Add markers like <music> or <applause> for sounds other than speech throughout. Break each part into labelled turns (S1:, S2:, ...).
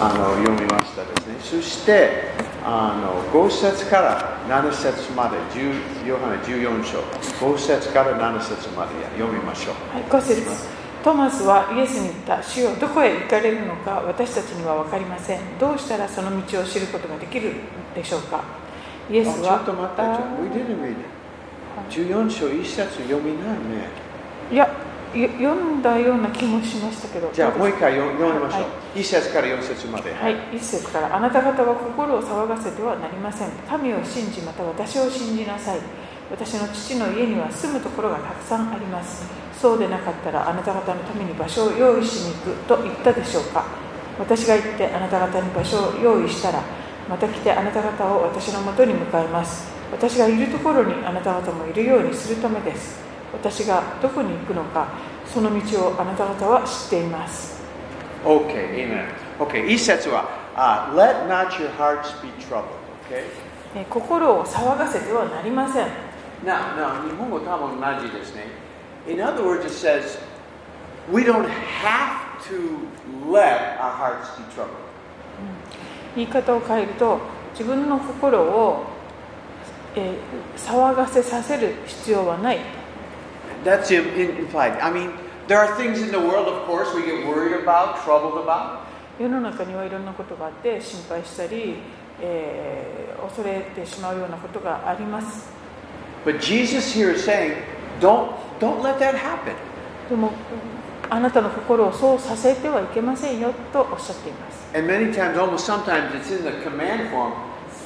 S1: あの読みましたですねそしてあの5節から7節まで10ヨハネ14章5節から7節まで読みましょう
S2: はい、5節トマスはイエスに言った主よどこへ行かれるのか私たちには分かりませんどうしたらその道を知ることができるでしょうかイエス
S1: あちょ
S2: は
S1: っと待って、
S2: あ
S1: We didn't read it 14章1節読みないね
S2: いやよ読んだような気もしましたけど
S1: じゃあもう一回読読みましょう、
S2: は
S1: 1節から4節まで、
S2: はい、一節からあなた方は心を騒がせてはなりません神を信じまた私を信じなさい私の父の家には住むところがたくさんありますそうでなかったらあなた方のために場所を用意しに行くと言ったでしょうか私が行ってあなた方に場所を用意したらまた来てあなた方を私のもとに向かいます私がいるところにあなた方もいるようにするためです私がどこに行くのかその道をあなた方は知っています
S1: OK、Amen OK、1節は、あ Let not your hearts be troubled OK
S2: えー心を騒がせてはなりません
S1: Now, now, 日本語多分同じですね。In other words, it says, we don't have to let our hearts be troubled.
S2: 言い方を変えると自分の心を、えー騒がせさせる必要はない
S1: That's im- im- implied. I mean, there are things in the world, of course, we get worried about, troubled about.
S2: 世の中にはいろんなことがあって心配したり、えー恐れてしまうようなことがあります
S1: But Jesus here is saying, don't, don't let that happen.
S2: でもあなたの心をそうさせてはいけませんよとおっしゃっています
S1: And many times, almost sometimes, it's in the command form,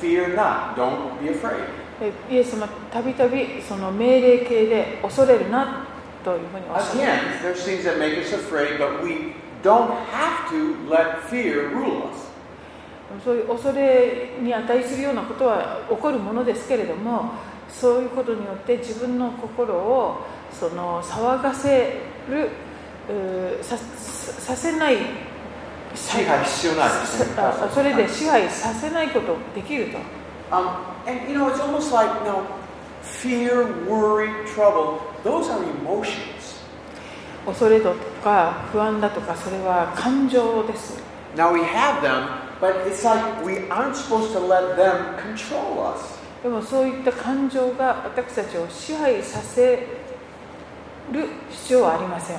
S1: fear not, don't be afraid.
S2: えイエス様たびたびその命令形で恐れるなというふうにおっしゃっています
S1: Again, there's things that make us afraid, but we don't have to let fear rule us.
S2: そういう恐れに値するようなことは起こるものですけれどもそういうことによって自分の心をその騒がせるうーさささせない
S1: 支配必要ないですね
S2: さあそれで支配させないことできると
S1: Um, and you know, it's almost like you know, fear, worry, trouble. Those are emotions.
S2: 恐れだとか不安だとかそれは感情です
S1: Now we have them, but it's like we aren't supposed to let them control us.
S2: でもそういった感情が私たちを支配させる必要はありません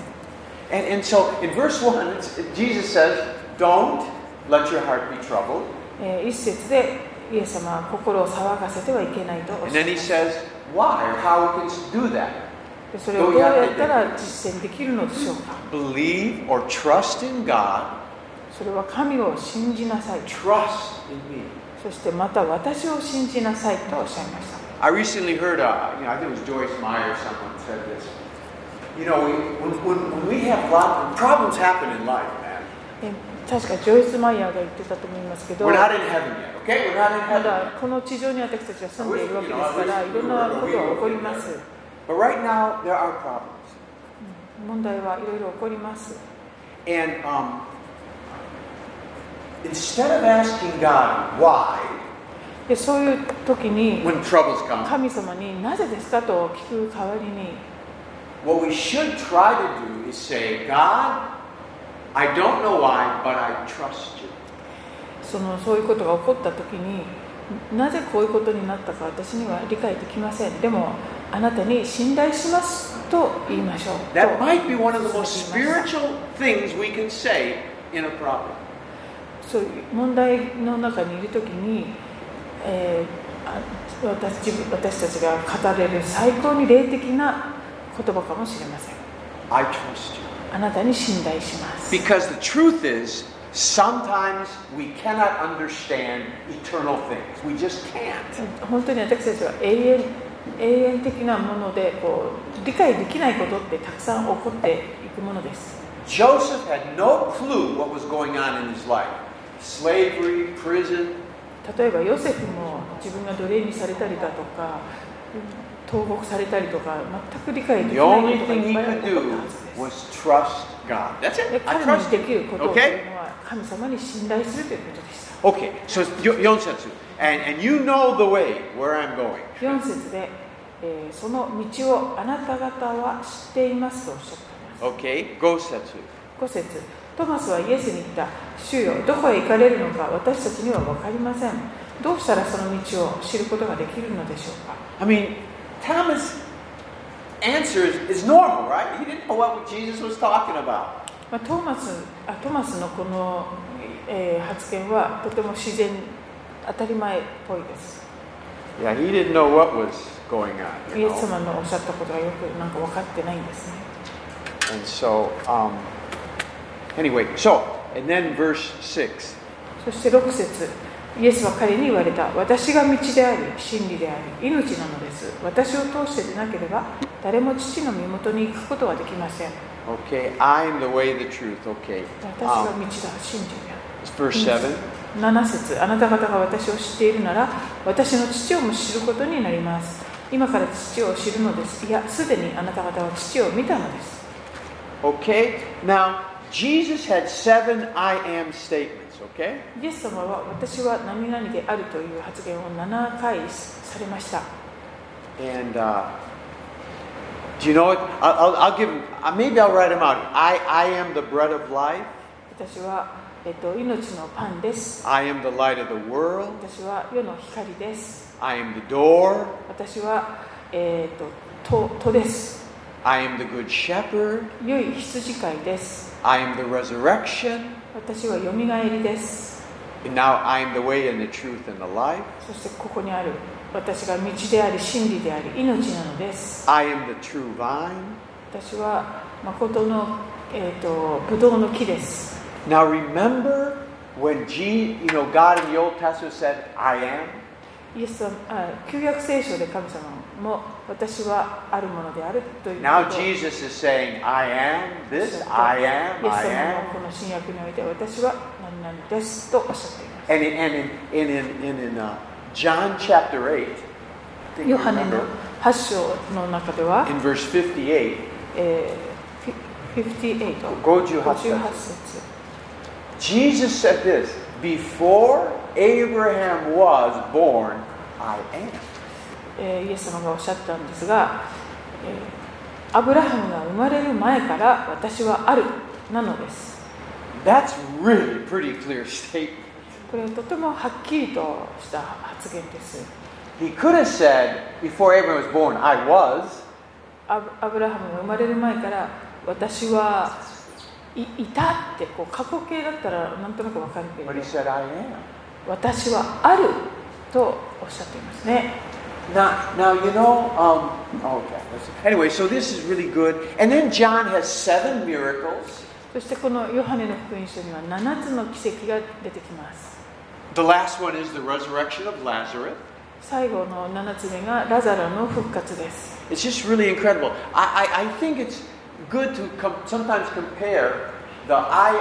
S1: And, and so in verse 1, it's, Jesus says, Don't let your heart be troubled.
S2: えー一節でイエス様は心を騒がせてはいけないとおっ
S1: And
S2: しゃ
S1: then
S2: い
S1: he
S2: ました
S1: says, Why or how we can do that?
S2: でそれをどうやったら実践できるのでしょうか
S1: Believe or trust in God,
S2: それは神を信じなさい
S1: trust in me.
S2: そしてまた私を信じなさいとおっしゃいました
S1: I recently heard, uh, you know, I think it was Joyce Meyer, someone said this. You know, we, when, when, when we have lot, problems happen in life, man.
S2: えー確かジョイス・マイヤーが言ってたと思いますけど
S1: We're
S2: ま
S1: not in heaven yet, okay? We're not in heaven.
S2: だ
S1: yet.
S2: この地上に私たちは住んでいるわけですからいろんなことが起こります
S1: But right now, there are problems.
S2: 問題はいろいろ起こります
S1: And um, instead of asking God why
S2: でそういう時に
S1: when troubles come,
S2: 神様になぜですかと聞く代わりに
S1: what we should try to do is say, God, I don't know why, but I trust you.
S2: そのそういうことが起こった時になぜこういうことになったか私には理解できませんでもあなたに信頼しますと言いましょう
S1: That
S2: と
S1: might be one of the
S2: そう
S1: most
S2: 言いました
S1: spiritual things we can say in a problem.
S2: そういう問題の中にいる時に、えーあ私自分私たちが語れる最高に霊的な言葉かもしれません
S1: I trust you.
S2: あなたに信頼します
S1: Because the truth is, sometimes we cannot understand eternal things. We just can't.
S2: 本当に私たちは永遠永遠的なものでこう理解できないことってたくさん起こっていくものです
S1: Joseph had no clue what was going on in his life slavery, prison.
S2: 例えばヨセフも自分が奴隷にされたりだとか投獄されたりとか全く理解でき
S1: The
S2: ない
S1: only
S2: ことがい
S1: thing
S2: っ
S1: he
S2: ぱい
S1: could
S2: 起こったは
S1: do
S2: ずです
S1: was trust God. That's
S2: で
S1: it. I
S2: 彼の
S1: trust
S2: で
S1: you.
S2: きることという
S1: Okay?
S2: のは神様に信頼するということでした
S1: Okay, so it's yo- Yonsetsu. And, and you know the way where I'm going.
S2: 4節で、えーその道をあなた方は知っています」とおっしゃっています
S1: Okay, Gosetsu.
S2: 5節トマスはイエスに言った主よどこへ行かれるのか私たちには分かりませんどうしたらその道を知ることができるのでしょうか
S1: I mean, Thomas' answer is, is normal, right? He didn't know what Jesus was talking about.
S2: まあ、トーマスあトマスのこの、えー発言はとても自然当たり前っぽいです
S1: Yeah, he didn't know what was going on.
S2: イ
S1: You
S2: エス
S1: know?
S2: 様のおっしゃったことがよくなんか分かってないんですね
S1: And so, um, anyway, so, and then verse 6.
S2: そして6節イエスは彼に言われた私が道であり真理であり命なのです私を通してでなければ誰も父の身元に行くことはできません
S1: Okay, I am the way, the truth. Okay.
S2: 私が道
S1: Um,
S2: だ真理である
S1: verse 7.
S2: 7節あなた方が私を知っているなら私の父をも知ることになります今から父を知るのですいやすでにあなた方は父を見たのです
S1: Okay, now, Jesus had seven I am statements, okay?
S2: イエス様は私は何々であるという発言を7回されました
S1: And uh, do you know what? I'll, I'll, I'll give 'em- uh Maybe I'll write them out. I, I am the bread of life.
S2: 私は、えっと、命のパンです
S1: I am the light of the world.
S2: 私は世の光です
S1: I am the door.
S2: 私は、えっとと戸です
S1: I am the good shepherd.
S2: 良い羊飼いです
S1: I am the resurrection.
S2: 私はよみがえりです
S1: And now I am the way and the truth and the life.
S2: そしてここにある私が道であり真理であり命なのです
S1: I am the true vine.
S2: 私は誠の、えー、とブドウの木です。
S1: Now remember when G, you know, God in the Old Testament said, I am.
S2: イエスはあ旧約聖書で神様も私はあるものであるという
S1: Now
S2: ことを
S1: Jesus is saying, I am
S2: おっ
S1: this,
S2: しゃって
S1: I am,
S2: イエ
S1: I
S2: ス様
S1: am.
S2: もこの新約において私は何々ですとおっしゃっていま
S1: And in, and in, in, in, in, in uh, John chapter 8, I think
S2: す。
S1: you
S2: ヨハネの
S1: remember,
S2: 8章の中では、
S1: in verse 58,
S2: えー、58、
S1: 58
S2: 58節。
S1: Jesus said this Before Abraham was born, I am.
S2: えーイエス様がおっしゃったんですが、えーアブラハムが生まれる前から私はあるなのです。
S1: That's really pretty clear statement.
S2: これはとてもはっきりとした発言です。
S1: He could have said, Before Abraham was born, I was.
S2: アブアブラハムが生まれる前から私はいいたってこう過去形だったらなんとなくわかるけれ
S1: But
S2: ど
S1: he said, I am.
S2: 私はあるとおっしゃっていますね。
S1: Now, now you know, um, okay. let's- Anyway, so this is really good. And then John has seven miracles.
S2: そしてこのヨハネの福音書には7つの奇跡が出てきます。
S1: The last one is the resurrection of Lazarus.
S2: 最後の7つ目がラザロの復活です。
S1: It's just really incredible. I, I, I think it's good to com- sometimes compare the I,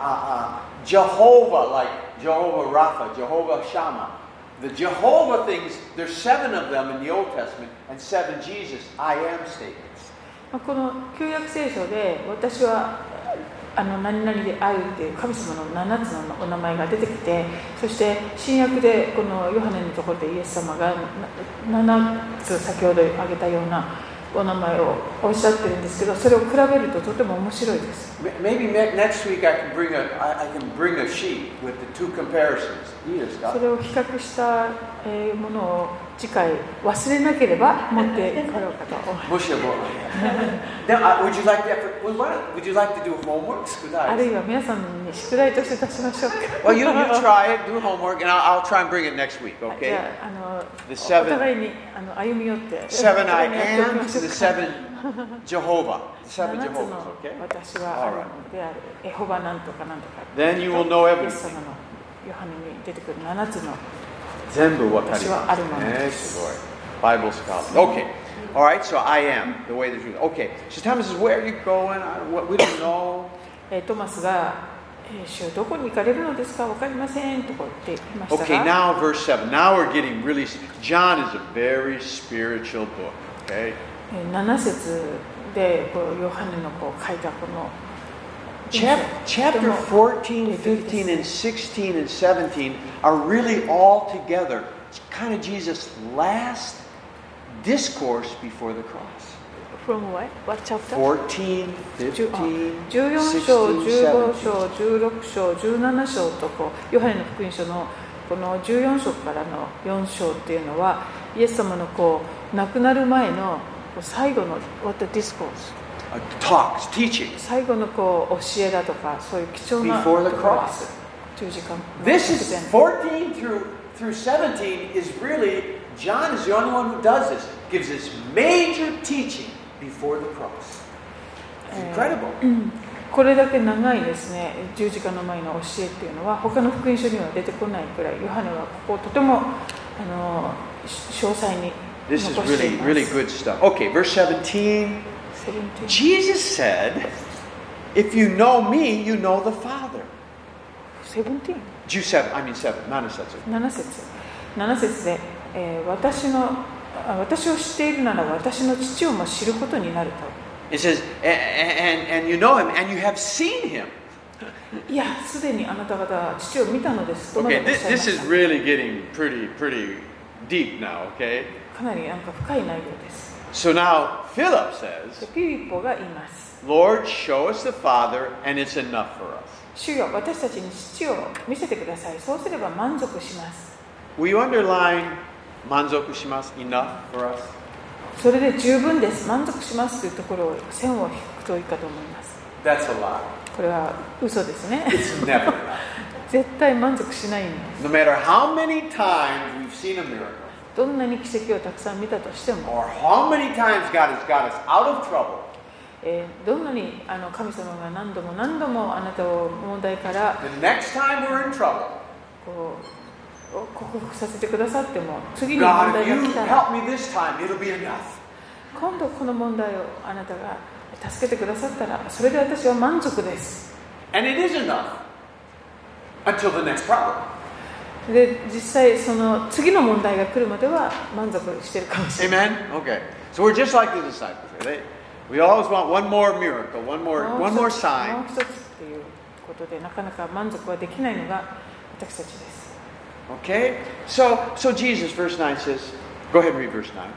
S1: uh, uh, Jehovah, like Jehovah Rapha, Jehovah Shammah. The Jehovah things, there's seven of them in the Old Testament, and seven Jesus, I am statements.
S2: まあこの旧約聖書で私はあの何々であるっていう神様の7つのお名前が出てきてそして新約でこのヨハネのところでイエス様がな7つ先ほど挙げたようなお名前をおっしゃってるんですけどそれを比べるととても面白いです
S1: M- Maybe ne- next week I can bring a, I, I can bring a sheet with the two comparisons. You just
S2: そ
S1: got
S2: れを比較したえーものを次回忘れなければ持ってこようかと思います
S1: Mushable. <laughs> now, uh, would you like to, well, why don't- would you like to do homework? Could
S2: あ
S1: I-
S2: るいは皆さんに宿題として出しましょうか
S1: Well, you, you try it, do homework, and I'll, I'll try and bring it next week,
S2: じ
S1: okay?
S2: ゃああの
S1: The
S2: お
S1: seven,
S2: 互いにあの歩み寄って
S1: seven
S2: お
S1: I
S2: <laughs> 互いにやってお
S1: am
S2: きまし
S1: to
S2: ょう
S1: the
S2: か
S1: seven Jehovah. The seven
S2: 七つ
S1: Jehovahs,
S2: の
S1: okay?
S2: 私はあるのであるエホバなんとかなんとか
S1: Then you will know
S2: イエス
S1: everything.
S2: 様のヨハネに出てくる七つの全部わかります。
S1: Yes, Lord. Bible scholar. Okay. All right, so I am the way, the truth. Okay. So Thomas says, where are you going? I, what, we don't know.
S2: えートマスが「えー主よどこに行かれるのですか分かりません」とこう言っていました
S1: Okay,
S2: が、
S1: now verse 7. Now we're getting really. John is a very spiritual book, okay?
S2: えー7節でこうヨハネのこう書いたこの
S1: Chap- chapter 14, 15, and 16 and 17 are really all together. It's kind of Jesus' last discourse before the cross.
S2: From what? What chapter?
S1: 14, 15,
S2: 14
S1: 16,
S2: 章、15
S1: 17.
S2: 章、16章、17章とこうヨハネの福音書のこの14章からの4章っていうのはイエス様のこう亡くなる前のこう最後の What the discourse
S1: Uh, talks, teachings.
S2: 最後のこう教えだとかそういう貴重な
S1: Before the
S2: ところです十字架の
S1: This
S2: 直
S1: is
S2: 前
S1: 14 through through 17 is really John is the only one who does this. Gives this major teaching before the cross. It's
S2: Uh,
S1: incredible.
S2: これだけ長いですね十字架の前の教えっていうのは他の福音書には出てこないくらいヨハネはここをとてもあのし詳細に
S1: This
S2: 残
S1: is
S2: してい
S1: really
S2: ます
S1: really good stuff. Okay, verse 17.
S2: 17
S1: Jesus said, "If you know me, you know the Father."
S2: 17
S1: Jew 7, I mean 7, not a censored.
S2: 7節7節で、えー私のあ私を知っているなら私の父をも知ることになる
S1: It says, "A- a- and, and you know him, and you have seen him.
S2: といやすでにあなた方は父を見たのですとまで
S1: Okay,
S2: おっし
S1: this,
S2: ゃいま
S1: this is
S2: した
S1: really getting pretty, pretty deep now, okay?
S2: かなりなんか深い内容です
S1: So now Philip
S2: で
S1: says,
S2: ピリポが言います
S1: Lord, show us the Father, and it's enough for us.
S2: 主よ私たちに父を見せてくださいそうすれば満足します
S1: Will you underline manzoku shimasu, enough for us?
S2: それで十分です満足しますというところを線を引くといいかと思います
S1: That's a lie.
S2: これは嘘ですね
S1: It's never enough.
S2: <laughs> 絶対満足しないんです
S1: No matter how many times we've seen a miracle,
S2: どんなに奇跡をたくさん見たとしても、
S1: or how many times God has got us out of trouble,
S2: えーどんなにあの神様が何度も何度もあなたを問題から
S1: the next time we're in trouble,
S2: こうお克服させてくださっても次に問
S1: God, if
S2: 題が
S1: you
S2: 来たら
S1: help me this time, it'll be enough.
S2: 今度この問題をあなたが助けてくださったらそれで私は満足です
S1: And it is enough until the next problem.
S2: で実際その次の問題が来るまでは満足してるかもしれない
S1: Amen? Okay. So we're just like the disciples. They, we always want one more miracle, one more,
S2: もう
S1: one
S2: 一
S1: more
S2: つ
S1: sign.
S2: もう一つっていうことでなかなか満足はできないのが私たちです
S1: Okay? So, so Jesus, verse 9 says, go ahead and read verse 9.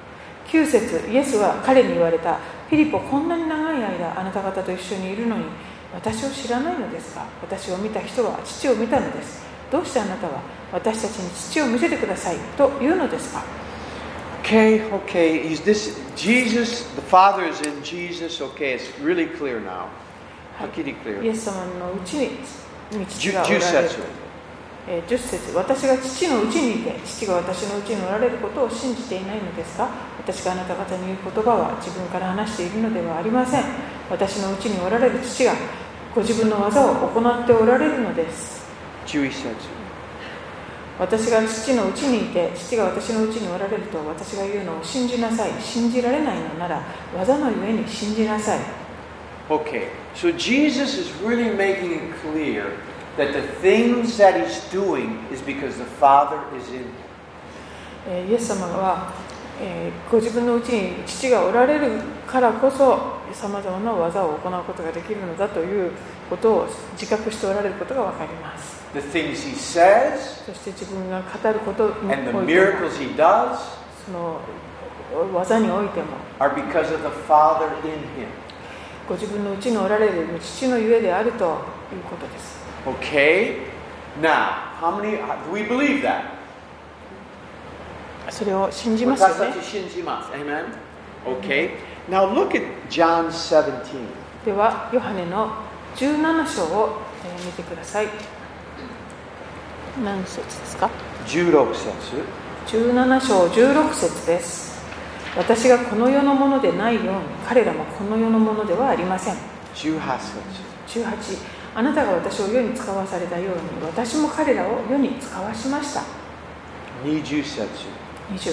S2: 9節イエスは彼に言われたフィリポこんなに長い間あなた方と一緒にいるのに私を知らないのですか私を見た人は父を見たのですどうしてあなたは私たちに父を見せてくださいと言うのですか
S1: Okay, okay. He's this, Jesus, the Father is in Jesus. Okay, it's really clear now. Hakiri
S2: イ
S1: clear.
S2: エス様のうちに父
S1: Ju-
S2: がおら
S1: Juice
S2: れる
S1: says,
S2: えー10節私が父のうちにいて父が私のうちにおられることを信じていないのですか私があなた方に言う言葉は自分から話しているのではありません私のうちにおられる父がご自分の技を行っておられるのです
S1: Jewish says.
S2: 私が父のうちにいて父が私のうちにおられると私が言うのを信じなさい信じられないのなら技のゆえに信じなさい
S1: Okay, so Jesus is really making it clear that the things that he's doing is because the Father is in him.
S2: えーイエス様は、えーご自分のうちに父がおられるからこそさまざまな技を行うことができるのだということを自覚しておられることが分かります
S1: The things he says
S2: そして自分が語ることに
S1: and the
S2: おいても
S1: miracles he does
S2: その技においても
S1: are because of the Father in him.
S2: ご自分のうちにおられる父のゆえであるということです
S1: Okay? Now, how many do we believe that?
S2: それを信じますよね
S1: 私たち信じます。Amen? Okay? Now look at John 17.
S2: ではヨハネの17章をえー見てください何節ですか
S1: 16節。
S2: 17章16節です私がこの世のものでないように彼らもこの世のものではありません
S1: 18節。
S2: 18あなたが私を世に使わされたように私も彼らを世に使わしました
S1: 20節。
S2: 20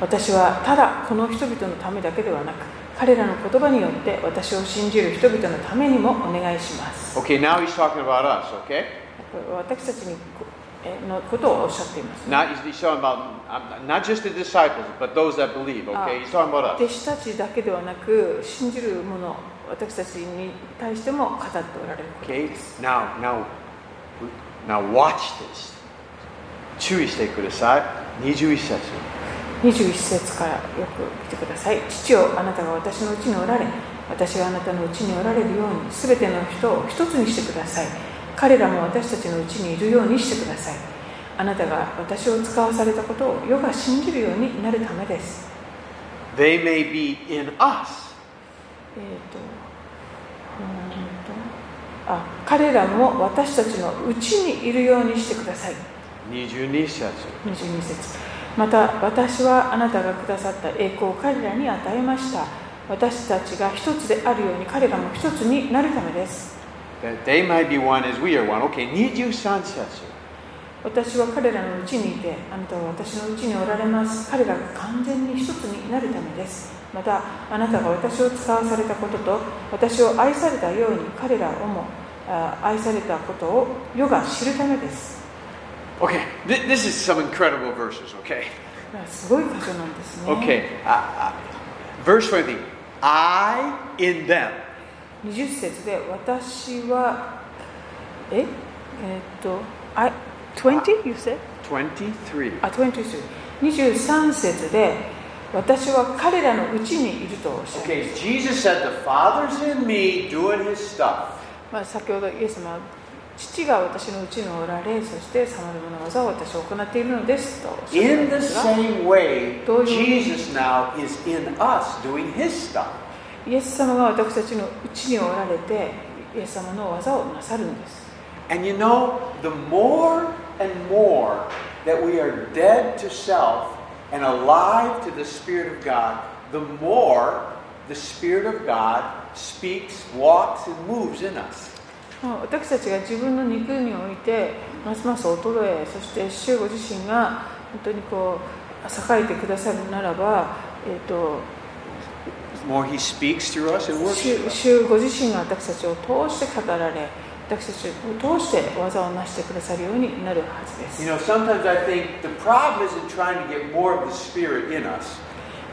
S2: 私はただこの人々のためだけではなく彼らの言葉によって私を信じる人々のためにもお願いします
S1: Okay, now he's talking about us, okay?
S2: これは私たちにこえのことをおっしゃっています
S1: Not he's, he's talking about um, not just the disciples, but those that believe, okay?
S2: Ah.
S1: He's talking about us.
S2: 弟子たちだけではなく信じる者私たちに対しても語っておられること
S1: Okay?
S2: です
S1: Now, now, now watch this. 注意してください。21節。
S2: 21節からよく見てください父をあなたが私のうちにおられ私があなたのうちにおられるようにすべての人を一つにしてください彼らも私たちのうちにいるようにしてくださいあなたが私を使わされたことを世が信じるようになるためです、
S1: They may be in us.
S2: えーとうーんとあ彼らも私たちのうちにいるようにしてください
S1: 22節。
S2: 22節また私はあなたがくださった栄光を彼らに与えました私たちが一つであるように彼らも一つになるためです
S1: That they might be one as we are one. Okay, 23節。
S2: 私は彼らのうちにいてあなたは私のうちにおられます彼らが完全に一つになるためですまたあなたが私を使わされたことと私を愛されたように彼らをもあ愛されたことを世が知るためです
S1: Okay, thi- this is some incredible verses, okay?
S2: まあすごい箇所なんですね
S1: Okay, uh, uh, verse 20. I in them.
S2: 20節で私はええーっとあ 20? You said?
S1: 23.
S2: あ 23, 23節で私は彼らのうちにいるとおっしゃいま
S1: Okay,
S2: す、
S1: Jesus said, The Father's in me doing his stuff.
S2: まあ、先ほどイエス様は父が私のうちにおられそして様々な技を私は行っているのですとおっしゃい
S1: In
S2: ま
S1: the
S2: すが
S1: same way,
S2: Doing-
S1: Jesus now is in us doing his stuff.
S2: イエス様が私たちのうちにおられてイエス様の技をなさるんです
S1: And you know, the more and more that we are dead to self and alive to the Spirit of God, the more the Spirit of God speaks, walks, and moves in us.
S2: まあ私たちが自分の肉においてますます衰えそして主ご自身が本当にこう栄えてくださるならば、えー、と
S1: The more He speaks through us and works
S2: 主
S1: through us.
S2: 主ご自身が私たちを通して語られ私たちを通して技を成してくださるようになるはずで
S1: You
S2: す
S1: know, sometimes I think the problem isn't trying to get more of the Spirit in us.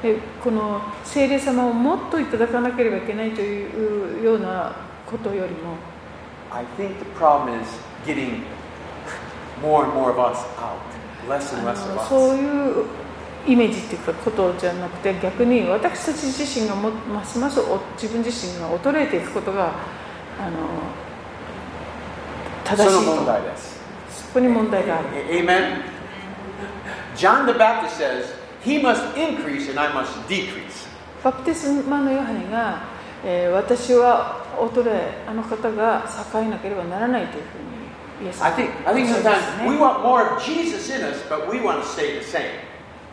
S2: でこの聖霊様をもっといただかなければいけないというようなことよりも
S1: I think the problem is getting more and more of us out, less
S2: あ
S1: and
S2: の
S1: less of us.
S2: そういうイメージっていうかことじゃなくて逆に私たち自身がもますますお自分自身が衰えていくことがあの正しいと
S1: その問題です。
S2: そこに問題がある
S1: A- Amen. John the Baptist says, He must increase and I must decrease.
S2: バプテスマのヨハネが、えー私は衰えあの方が栄えなければならないというふうにイエス
S1: I
S2: 様
S1: think, I think
S2: おっしゃいました
S1: sometimes we want more of Jesus in us, but we want to stay the same.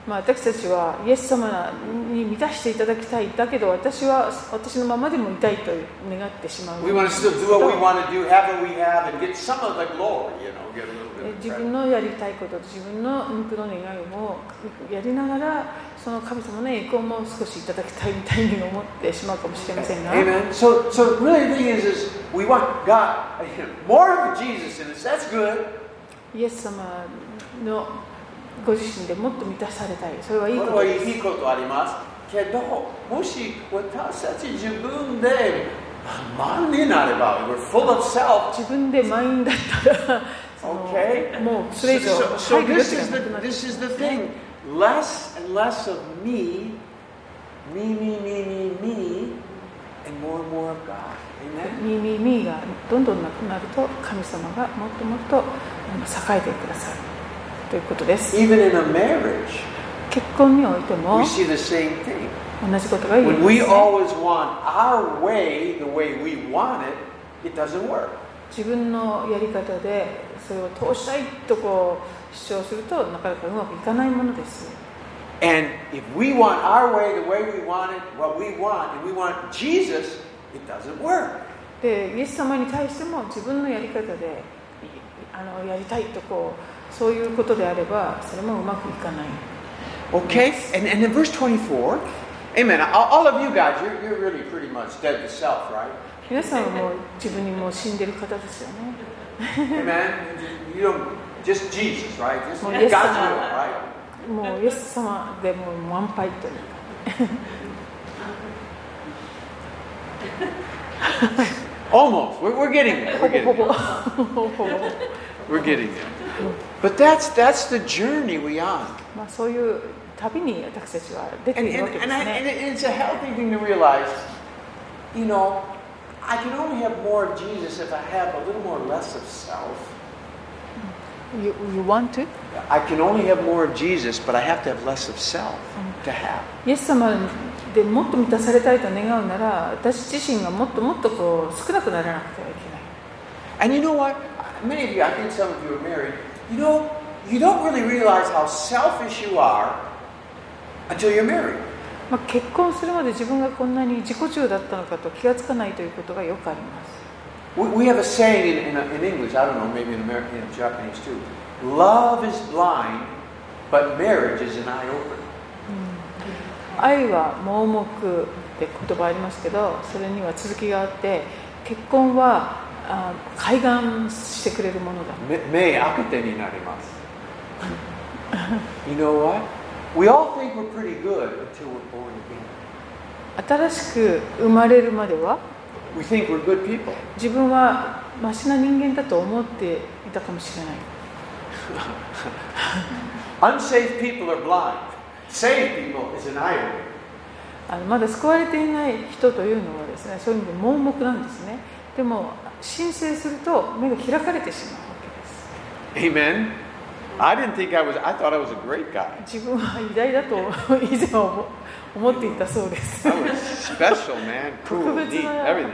S2: まあ、私たちはイエス様に満たしていただきたいだけど私は私のままでもいたいと願ってしまう
S1: We want to still do what we want to do, have what we have, and get some of the glory, you know, get a little
S2: え
S1: bit
S2: 自
S1: of
S2: 分
S1: credit.
S2: のやりたいこと自分の肉の願いをやりながらその神様の栄光も少しいただきたいみたいに思ってしまうかもしれませんが
S1: Amen. So, so really the thing is, is we want God, more of Jesus in us. That's good.
S2: イエス様のご自身でもっと満たされたいそれはいいこと
S1: これ
S2: です
S1: はいいことありますけどもし私たち自分で満になれば we're full of self
S2: 自分で満員だったらその
S1: Okay.
S2: もうそれ以
S1: so,
S2: 上
S1: so, so
S2: 入る余
S1: this
S2: 地が
S1: is the
S2: なくな
S1: this
S2: って
S1: is the thing less and less of me me me me me me and more and more of God amen
S2: ミーミーミーがどんどんなくなると神様がもっともっとあの栄えてくださるということです
S1: even in a marriage
S2: 結婚においても
S1: we see the same thing
S2: 同じことが言える
S1: when
S2: んで
S1: we
S2: すね
S1: always want our way the way we want it it doesn't work
S2: 自分のやり方でそれを通したいとこう主張するとなかなかうまくいかないものです
S1: And if we want our way, the way we want it, what we want, and we want Jesus, it doesn't work.
S2: でイエス様に対しても自分のやり方でいあのやりたいとこうそういうことであればそれもうまくいかない
S1: Okay? And, and then verse 24. Amen. All, all of you guys, you're, you're really pretty much dead to self,
S2: <laughs>
S1: right?
S2: 皆さんはもう自分にもう死んでる方ですよね
S1: Amen. You- You don't just Jesus, right? Just
S2: Well, yes,
S1: God's
S2: sir.
S1: will, right?
S2: もうイエス様でもう満杯というか
S1: Almost. We're, we're getting there.
S2: ほ
S1: We're getting
S2: ぼほぼ
S1: there.
S2: ほぼほぼ <laughs>
S1: We're getting there. But that's, that's the journey we're on.
S2: まあ、そういう旅に私たちは出て
S1: And,
S2: いる
S1: and,
S2: わけです
S1: and, I,
S2: ね。
S1: and it's a healthy thing to realize, you know, I can only have more of Jesus if I have a little more less of self.
S2: You, you want to?
S1: I can only have more of Jesus, but I have to have less of self to have.
S2: イエス様でもっと満たされたいと願うなら、私自身がもっともっとこう少なくならなくてはいけない。
S1: And you know what? Many of you, I think some of you are married, you know, you don't really realize how selfish you are until you're married.
S2: まあ、結婚するまで自分がこんなに自己中だったのかと気がつかないということがよくあります。
S1: We, we have a saying in, in, in English, I don't know, maybe in American in Japanese too. Love is blind, but marriage is an eye opener.
S2: 愛は盲目って言葉ありますけどそれには続きがあって結婚はあ開眼してくれるものだ
S1: You know what? We all think we're pretty good until we're born again.
S2: 新しく生まれるまでは
S1: We think we're good people.
S2: 自分はマシな人間だと思っていたかもしれない
S1: Unsaved people are blind. Saved people is an eye opener.
S2: あのまだ救われていない人というのはですねそういう意味で盲目なんですねでも申請すると目が開かれてしまうわけ
S1: Amen. I didn't think I was. I thought I was a great guy.
S2: です自分は偉大だ
S1: <laughs>
S2: と以前は思思っていたそうです
S1: I was special, <laughs> man. Cool, neat, everything.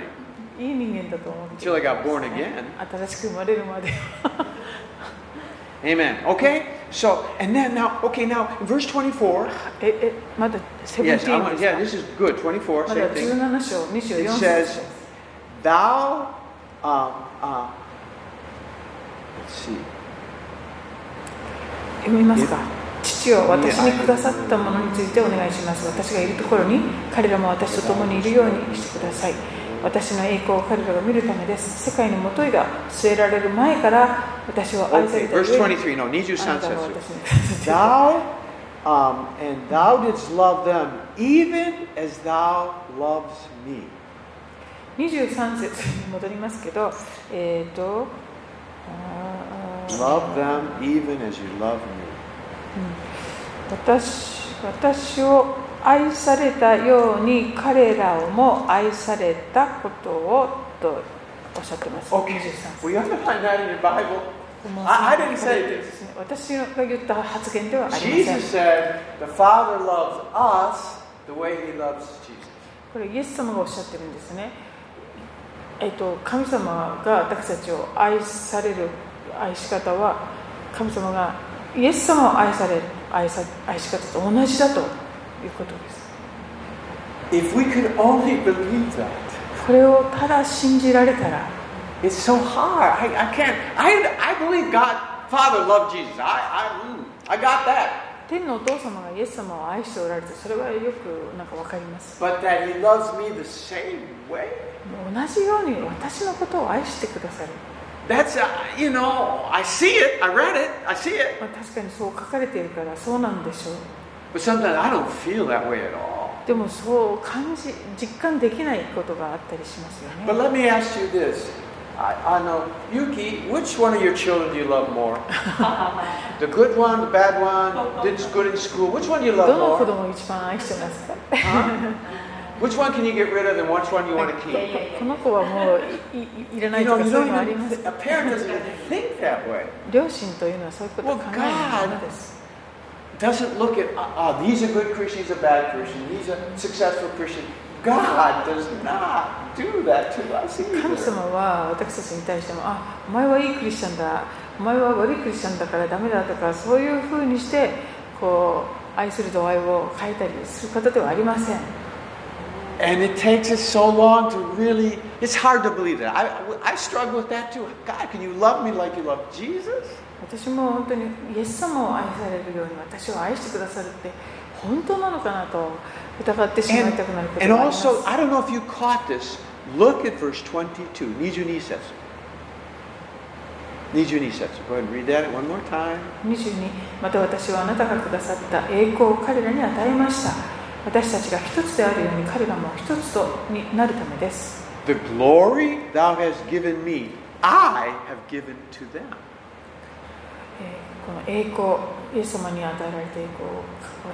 S2: いい人間だと思ってい
S1: Until I got born
S2: ますね
S1: again.
S2: 新しく生まれるまで
S1: Amen. Okay. So, and then now, okay, now in verse 24.
S2: ええまだ
S1: Yes, I
S2: 17
S1: want,
S2: で
S1: yeah,
S2: す
S1: this is good. 24,
S2: かまだ
S1: same thing.
S2: 17章24
S1: It
S2: 節
S1: says,
S2: です
S1: Thou, um, uh, let's see.
S2: 読みますか父を私
S1: いや
S2: にくださったものについてお願いします私がいるところに彼らも私と共にいるようにしてください私の栄光を彼らが見るためです世界のもといが据えられる前から私は愛さ
S1: Okay,
S2: れた上
S1: verse 23.
S2: に
S1: No, 23
S2: あなたは
S1: says,
S2: 私にくださ <laughs> って
S1: Thou, um, and thou didst love them even as thou lovest me.
S2: 23節に戻りますけど、えっ、と、あー
S1: Love them even as you love me.
S2: 私私を愛されたように彼らをも愛されたことをとおっしゃってます。23
S1: Will you underline that in your Bible?
S2: 節もう
S1: I, I didn't say this.
S2: 私が言った発言ではありません
S1: Jesus。said, The Father loves us the way he loves Jesus.
S2: これ、イエス様がおっしゃってるんですね。えっ、と、神様が私たちを愛される愛し方は、神様がイエス様を愛される愛さ愛し方と同じだということです。
S1: If we could only believe that.
S2: これをただ信じられたら、
S1: It's so hard. I, I can't. I, I believe God, Father loved Jesus. I, I, mm, I got that.
S2: 天のお父様がイエス様を愛しておられてそれはよくなんか分かります
S1: But that He loves me the same way.
S2: 同じように私のことを愛してくださる、
S1: That's, uh, you know, I see it. I read it. I see it.
S2: まあ、確かにそう書かれているからそうなんでしょう
S1: But sometimes I don't feel that way at all.
S2: でもそう感じ実感できないことがあったりしますよ
S1: But
S2: ね
S1: let me ask you this. I, I know, Yuki, which one of your children do you love more? the good one, the bad one, did good in school. Which one do you
S2: ど
S1: love
S2: の子
S1: more?
S2: 供を一番愛してますか
S1: Which one can you get rid of and which one you want to keep?
S2: この子はもういいいいらない
S1: You
S2: と
S1: know,
S2: か
S1: you
S2: そういう
S1: don't
S2: のありま
S1: even,
S2: す
S1: a parent doesn't even think that way.
S2: 両親というのはそういうことを考えないものです
S1: Doesn't look at, ah, uh, these are good Christians, a bad Christian, he's a successful Christian. God does not do that to us
S2: 神
S1: either.
S2: 様は私たちに対しても、あお前はいいクリスチャンだ、お前は悪いクリスチャンだからダメだとか、そういうふうにしてこう愛する度合いを変えたりする方ではありません。
S1: And it takes us so long to really, it's hard to believe that. I, I struggle with that too. God, can you love me like you love Jesus?
S2: 私も本当にイエス様を愛されるように私を愛してくださるって本当なのかなと疑ってしまい
S1: And,
S2: たくなること
S1: and
S2: があります
S1: also, I don't know if you caught this, look at verse 22, Nijuni says. Nijuni says. Go ahead and read that one more time.
S2: 22また私はあなたがくださった栄光を彼らに与えました私たちが一つであるように彼らも一つとになるためです
S1: The glory thou hast given me, I have given to them.
S2: えーこの栄光イエス様に与えられた栄光を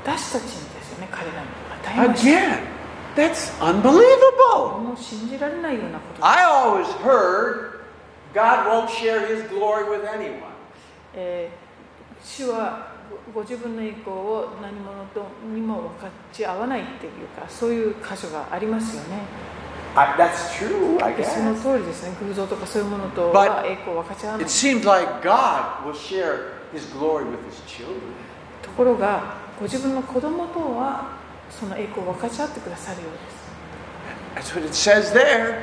S2: 私たちにですよね彼らに与えました
S1: Again, that's unbelievable.
S2: もう信じられないようなことです、
S1: I always heard God won't share his glory with anyone.
S2: えー主はごご自分の栄光を何者とにも分かち合わないっていうかそういう箇所がありますよね
S1: I, that's true, I
S2: でその
S1: guess.
S2: 通りですね偶像とかそういうものとは
S1: But-
S2: 栄光を分かち合わない
S1: It seems like God will share his glory with his children.
S2: ところがご自分の子供とはその栄光を分かち合ってくださるようで
S1: That's what it says there.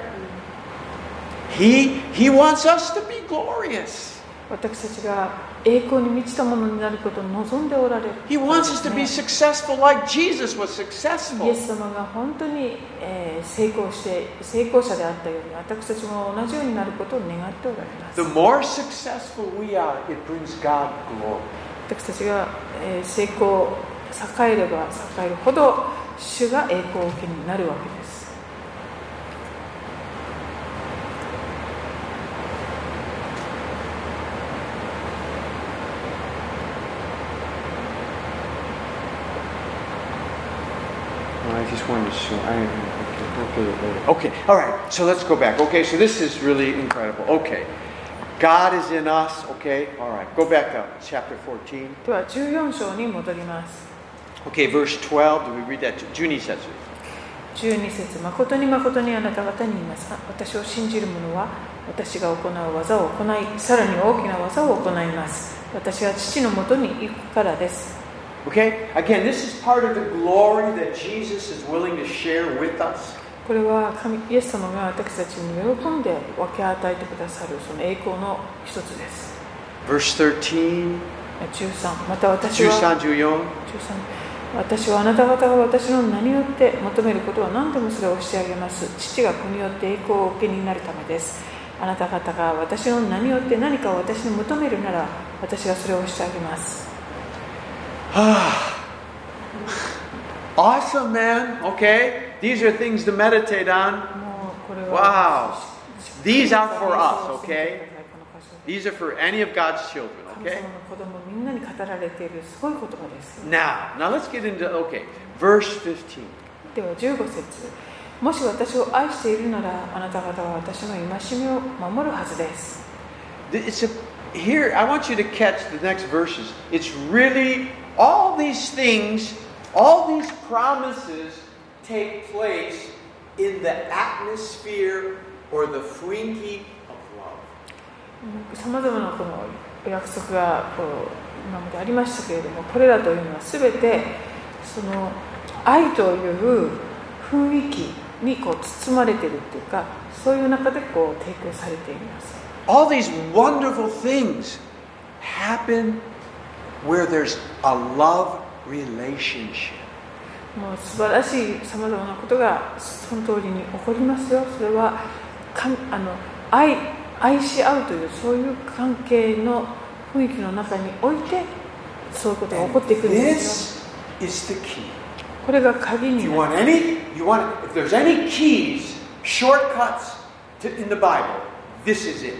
S1: He, he wants us to be glorious.
S2: す私たちが栄光に満ちたものになることを望んでおられる
S1: He wants us to
S2: ね
S1: be successful like Jesus was
S2: イエ
S1: successful.
S2: ス様が本当に、えー成功して成功者であったように私たちも同じようになることを願っておられます
S1: The more successful we are, it brings God glory.
S2: 私たちが、えー成功栄えれば栄えるほど主が栄光を受けになるわけです
S1: I just wanted to show. I, okay, okay, all right. So let's go back. Okay, so this is really incredible. Okay, God is in us. Okay, all right. Go back up, chapter 14.
S2: では14章に戻ります
S1: Okay, verse 12. Do we read that? Junie says it.
S2: 12節誠に誠にあなた方に言いますが私を信じる者は私が行う技を行いさらに大きな技を行います私は父のもとに行くからです
S1: Okay, again, this is part of the glory that Jesus is willing to share with us.
S2: これは神イエス様が私たちに喜んで分け与えてくださるその栄光の一つです
S1: Verse 13.
S2: 13また私は
S1: 13, Juyon.
S2: 13私はあなた方が私の名によって求めることは何でもそれをしてあげます父が子によって栄光をお受けになるためですあなた方が私の名によって何かを私に求めるなら私がそれをしてあげます
S1: Awesome, man. Okay, these are things to meditate on.
S2: もうこれ
S1: Wow.
S2: は
S1: These are for us,
S2: そうそうそ
S1: okay?
S2: うこの箇所
S1: These are for any of God's children.
S2: 神
S1: Okay.
S2: 様の子供みんなに語られているすごい言葉です
S1: Now, now let's get into okay, verse 15.
S2: では15節もし私を愛しているならあなた方は私の戒めを守るはずです
S1: Th- It's a, here I want you to catch the next verses. It's really all these things, all these promises take place in the atmosphere or the fringy of love.
S2: さまざまなこのお約束がこう今までありましたけれどもこれらというのは全てその愛という雰囲気にこう包まれているっていうかそういう中でこう提供されています
S1: All these wonderful things happen where there's a love relationship.
S2: もう素晴らしいさまざまなことがその通りに起こりますよそれはかんあの愛愛し合うというそういう関係の雰囲気の中においてそういうことが起こっていくんですよ
S1: This is the key.
S2: これが鍵に
S1: If
S2: な
S1: you want
S2: る
S1: any, you want if there's any keys, shortcuts to, in the Bible, this is it.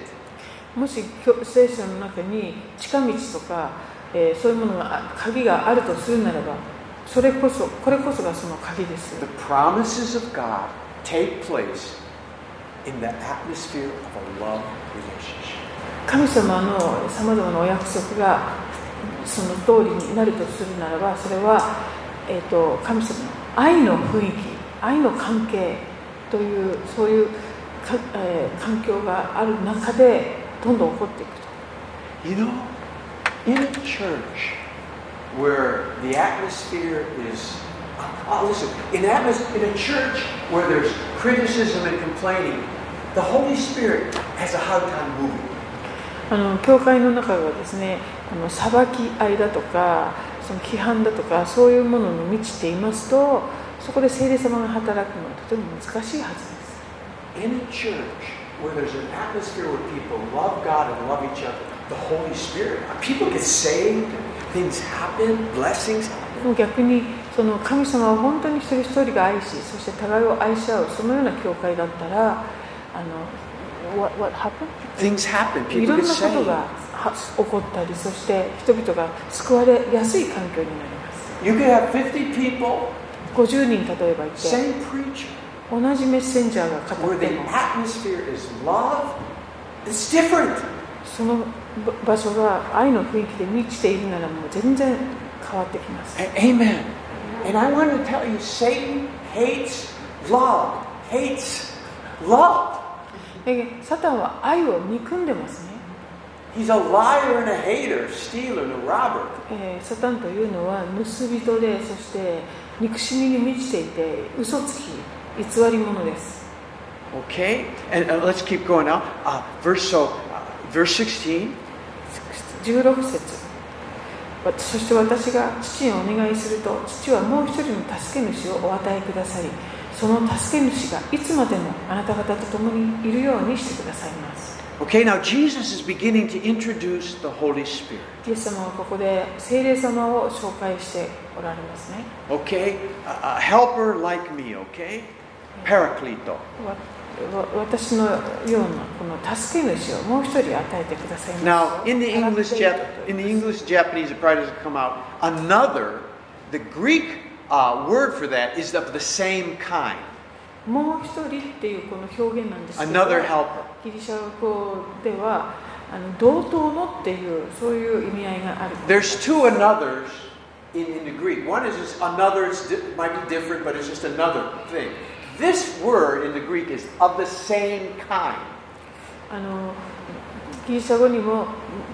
S2: もし教聖書の中に近道とか、えーそういうものがあ鍵があるとするならばそれこそこれこそがその鍵です
S1: The promises of God take place in the atmosphere of a love relationship.
S2: 神様のさまざまなお約束がその通りになるとするならばそれは、えー、と神様の愛の雰囲気愛の関係というそういうか、えー環境がある中でどんどん起こっていくと
S1: You know, in a church where the atmosphere is, oh, listen, in, atmos- in a church where there's criticism and complaining, the Holy Spirit has a hard time moving.
S2: あの教会の中がですねこの裁き合いだとかその規範だとかそういうものに満ちていますとそこで聖霊様が働くのはとても難しいはずです
S1: In a church where there's an atmosphere where people love God and love each other, the Holy Spirit, people get saved, things happen, blessings happen.
S2: でも逆にその神様は本当に一人一人が愛しそして互いを愛し合うそのような教会だったらあの what, what happened?
S1: Things happen, people
S2: いろん
S1: get
S2: なこと
S1: saved.
S2: がは起こったりそして人々が救われやすい環境になります
S1: You could have 50 people,
S2: 50人例えばいて
S1: same preacher,
S2: 同じメッセンジャーが語
S1: where
S2: って
S1: the
S2: も
S1: atmosphere is love, it's different.
S2: その場所が愛の雰囲気で満ちているならもう全然変わってきます
S1: A- Amen. And I want to tell you, Satan hates love, hates love.
S2: でサタンは愛を憎んでますね、
S1: He's a liar and a hater, stealer and a robber.
S2: えーサタンというのは盗人でそして憎しみに満ちていて嘘つき偽り者です
S1: Okay, and uh, let's keep going now. Uh, verse so, uh, verse sixteen.
S2: 16節わそして私が父にお願いすると父はもう一人の助け主をお与えくださりその助け主がいつまでもあなた方と共にいるようにしてくださいます
S1: Okay, now Jesus is beginning to introduce the Holy Spirit.
S2: イエス様はここで聖霊様を紹介しておられますね
S1: Okay, a, a helper like me. Okay, Paracleto.
S2: わわ私のようなこの助け主をもう一人与えてくださいます
S1: Now, in the English,
S2: パラク
S1: Jap-
S2: レイトと言
S1: in the
S2: いま
S1: English
S2: す
S1: Japanese, it probably doesn't come out. Another, the Greek uh, word for that is of the same kind.
S2: もう一人っていうこの表現なんですけど
S1: Another helper.
S2: ギリシャ語ではあの同等のっていうそういう意味合いがある
S1: There's two anothers in, in the Greek. One is just another, it's di- might be different, but it's just another thing. This word in the Greek is of the same kind.
S2: あのギリシャ語にも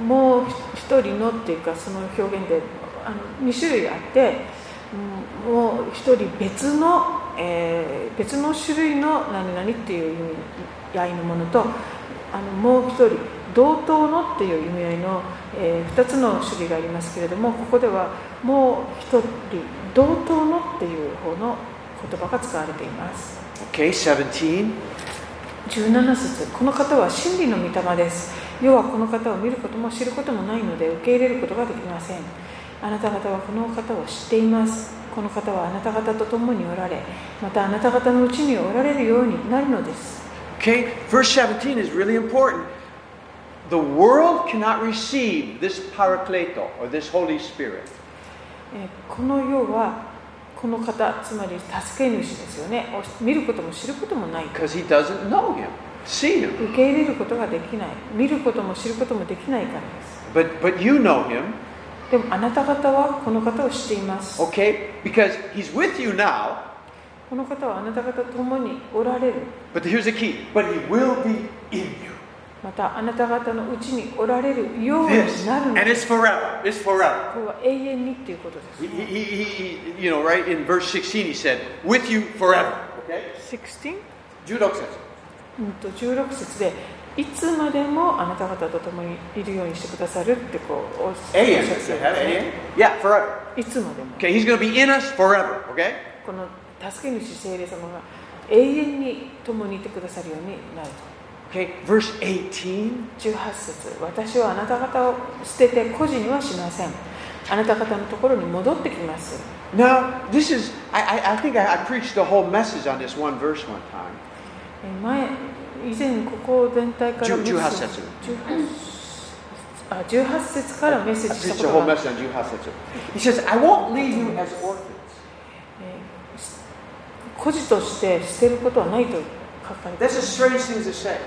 S2: もう一人のっていうかその表現であの2種類あってうんもう一人別の、えー別の種類の何々っていう意味合いのものとあのもう一人同等のっていう意味合いの、え2つの種類がありますけれどもここではもう一人同等のっていう方の言葉が使われています
S1: Okay, 17.
S2: 17節この方は真理の御霊です。世はこの方を見ることも知ることもないので受け入れることができません。あなた方はこの方を知っています。この方はあなた方と共におられ、またあなた方のうちにおられるようになるのです。
S1: Okay, verse 17 is really important. The world cannot receive this Paracleto or this Holy Spirit.
S2: えーこの世はこの方、つまり助け主ですよね。を見ることも知ることもない。
S1: because he doesn't know him, see him.
S2: 受け入れることができない。見ることも知ることもできないからです。
S1: But but you know him,
S2: でもあなた方はこの方を知っています。
S1: okay? Because he's with you now,
S2: この方はあなた方と共におられる。
S1: but here's the key. But he will be in you.
S2: またあなた方のうちにおられるように
S1: This
S2: なるの
S1: and
S2: です。
S1: it's forever. It's forever.
S2: これは永遠にということです、
S1: He, he,
S2: ね。
S1: he, he- you know, right in verse 16 he said, "With you forever." Okay?
S2: 16?
S1: Judo says.
S2: うんと16節で、いつまでもあなた方と共にいるようにしてくださるってこうおっしゃってい
S1: AM.
S2: るんですね
S1: Yeah, forever.
S2: いつまでも。
S1: Okay, he's going to be in us forever. Okay?
S2: この助け主聖霊様が永遠に共にいてくださるようになる
S1: Okay, verse 18.
S2: と。18節私はあなた方を捨てて個人にはしません。あなた方のところに戻ってきます。
S1: Now, this is, I, I, I think I, I preached the whole message on this one verse one time.
S2: えー前以前ここ全体から
S1: 10 18節
S2: 18, あ18節からメッセ
S1: I
S2: ージした
S1: preached
S2: こ
S1: the whole
S2: とがある、
S1: message on Juhasetsu. He says, I won't leave you as orphans.
S2: えーし孤児として捨てることはないと書かれていま
S1: That's a
S2: す
S1: strange thing to say.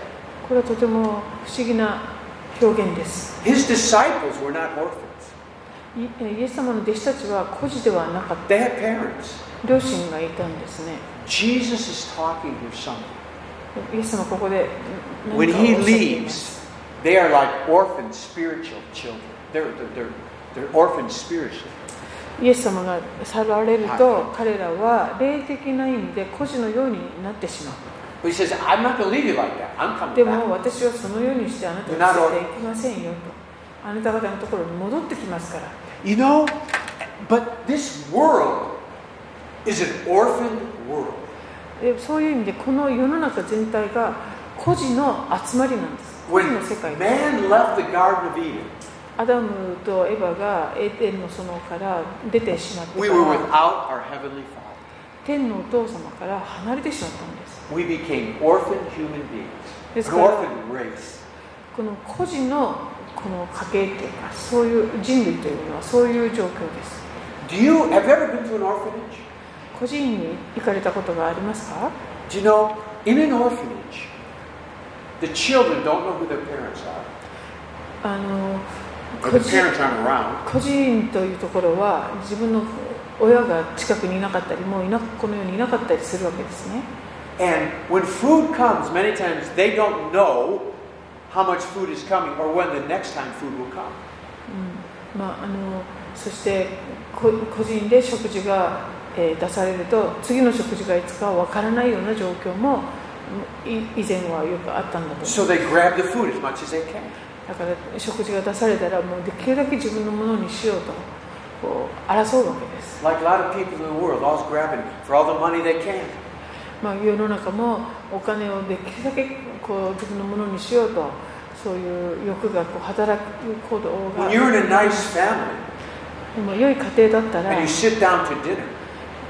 S2: これはとても不思議な表現です
S1: His disciples were not orphans.
S2: いえーイエス様の弟子たちは孤児ではなかっ
S1: They had parents.
S2: た両親がいたんですね
S1: Jesus is talking here something.
S2: イエス様ここで何
S1: When
S2: かを
S1: he
S2: おっしゃっています
S1: leaves, they are like orphan spiritual children. They're, they're, they're, they're orphan spiritually.
S2: イエス様が去られる
S1: は
S2: と彼らは霊的な意味で孤児のようになってしまう
S1: But he says, I'm not going to leave you like that. I'm
S2: で
S1: coming
S2: も
S1: back.
S2: 私はそのようにしてあなたを連れて行きませんよと。あなた方のところに戻ってきますから。
S1: You know, but this world is an orphan world.
S2: でそういう意味でこの世の中全体が孤児の集まりなんです。孤
S1: When
S2: 児の世界で
S1: man
S2: す。
S1: left the Garden of Eden,
S2: アダムとエヴァがエデンの園から出てしまってか
S1: we were
S2: ら
S1: without our Heavenly Father.
S2: 天のお父様から離れてしまったんです。
S1: We became orphan human beings,
S2: です
S1: an
S2: から
S1: orphan race.
S2: この孤児のこの家系というかそういう人類というのはそういう状況です
S1: Do you have you ever been to an orphanage?
S2: 個人に行かれたことがありますか
S1: Do you know in an orphanage, the children don't know who their parents are,
S2: あの
S1: or
S2: 個
S1: the
S2: 人
S1: parents aren't around.
S2: 個人というところは自分の親が近くにいなかったりもういなこの世にいなかったりするわけですね
S1: And when food comes, many times they don't know how much food is coming or when the next time food will come.
S2: まあ、あのそしてこ個人で食事が、えー出されると次の食事がいつかわからないような状況もい以前はよくあったんだと
S1: So they grab the food as much as they can.
S2: だから食事が出されたらもうできるだけ自分のものにしようとこう争うわけです、
S1: Like a lot of people in the world, always grabbing for all the money they can.
S2: まあ、世の中もお金をできるだけこう自分のものにしようとそういう欲がこう働く行動が
S1: When you're in a nice family
S2: でも良い家庭だったら
S1: and you sit down to dinner,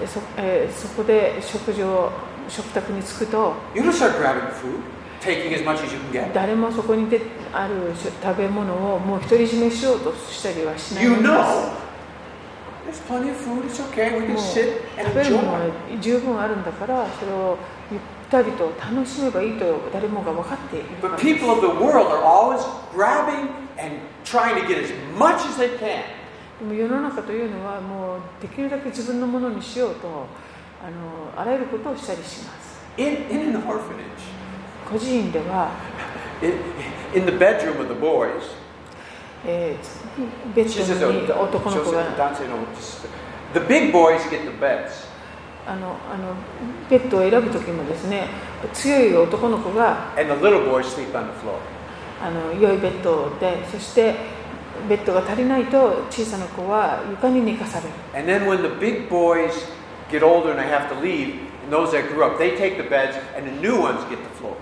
S2: えそ,、えーそこで食事を食卓に着くと
S1: you don't start grabbing food, taking as much as you can get.
S2: 誰もそこにである食べ物をもう独り占めしようとしたりはしない
S1: You
S2: ものです
S1: know there's plenty of food, it's okay, we
S2: も
S1: can
S2: う
S1: sit and
S2: 食べるも
S1: enjoy.
S2: のは十分あるんだからそれをゆったりと楽しめばいいと誰もが分かっているから
S1: But people of the world are always grabbing and trying to get as much as they can.
S2: でも世の中というのはもうできるだけ自分のものにしようとあのあらゆることをしたりします
S1: In, in an orphanage,
S2: 個人では、
S1: in, in the bedroom of the boys,
S2: えーベッドに男の子が
S1: the big boys get the beds.
S2: あのあのベッドを選ぶ時もですね強い男の子が
S1: And the little boys sleep on the floor.
S2: あの良いベッドでそしてベッドが足りないと小さな子は床に寝かされる
S1: And then when the big boys get older and they have to leave, and those that grew up, they take the beds and the new ones get the floor.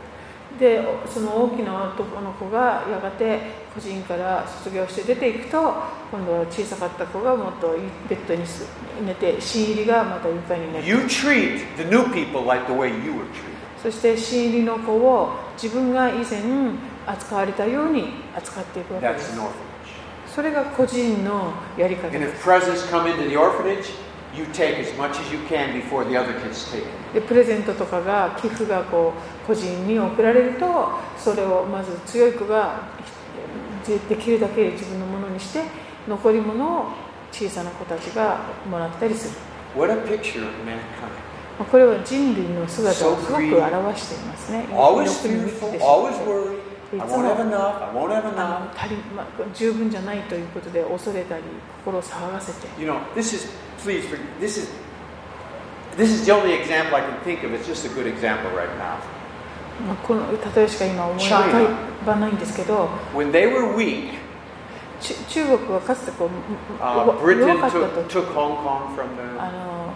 S2: でその大きな男の子がやがて個人から卒業して出ていくと今度は小さかった子がもっとベッドにす寝て新入りがまた床に寝る
S1: You treat the new people like the way you were treated.
S2: そして新入りの子を自分が以前扱われたように扱っていくわけで
S1: That's
S2: す
S1: an orphanage.
S2: それが個人のやり方
S1: And
S2: で
S1: if
S2: す
S1: presents come into the orphanage, you take as much as you can before the other kids take it.
S2: でプレゼントとかが寄付がこう個人に送られるとそれをまず強い子がでできるだけ自分のものにして残り物を小さな子たちがもらったりする
S1: What a picture of mankind.
S2: まあこれは人類の姿を
S1: So
S2: すごく
S1: greedy.
S2: 表していますね
S1: Always
S2: よく見てしまっ
S1: fearful,
S2: て
S1: always worried.
S2: い
S1: I
S2: つも
S1: won't have enough, I won't have
S2: あ
S1: enough.
S2: の足り、まあ、十分じゃないということで恐れたり心を騒がせて
S1: You know, this is, please, forgive- this is, this is the only example I can think of. It's just a good example right now.
S2: まあこの例えしか今思い浮かばないんですけど
S1: When they were weak,
S2: ち中国はかつてこう、
S1: uh,
S2: 弱
S1: Britain
S2: 弱かった
S1: took,
S2: 時
S1: took Hong Kong from them.
S2: あの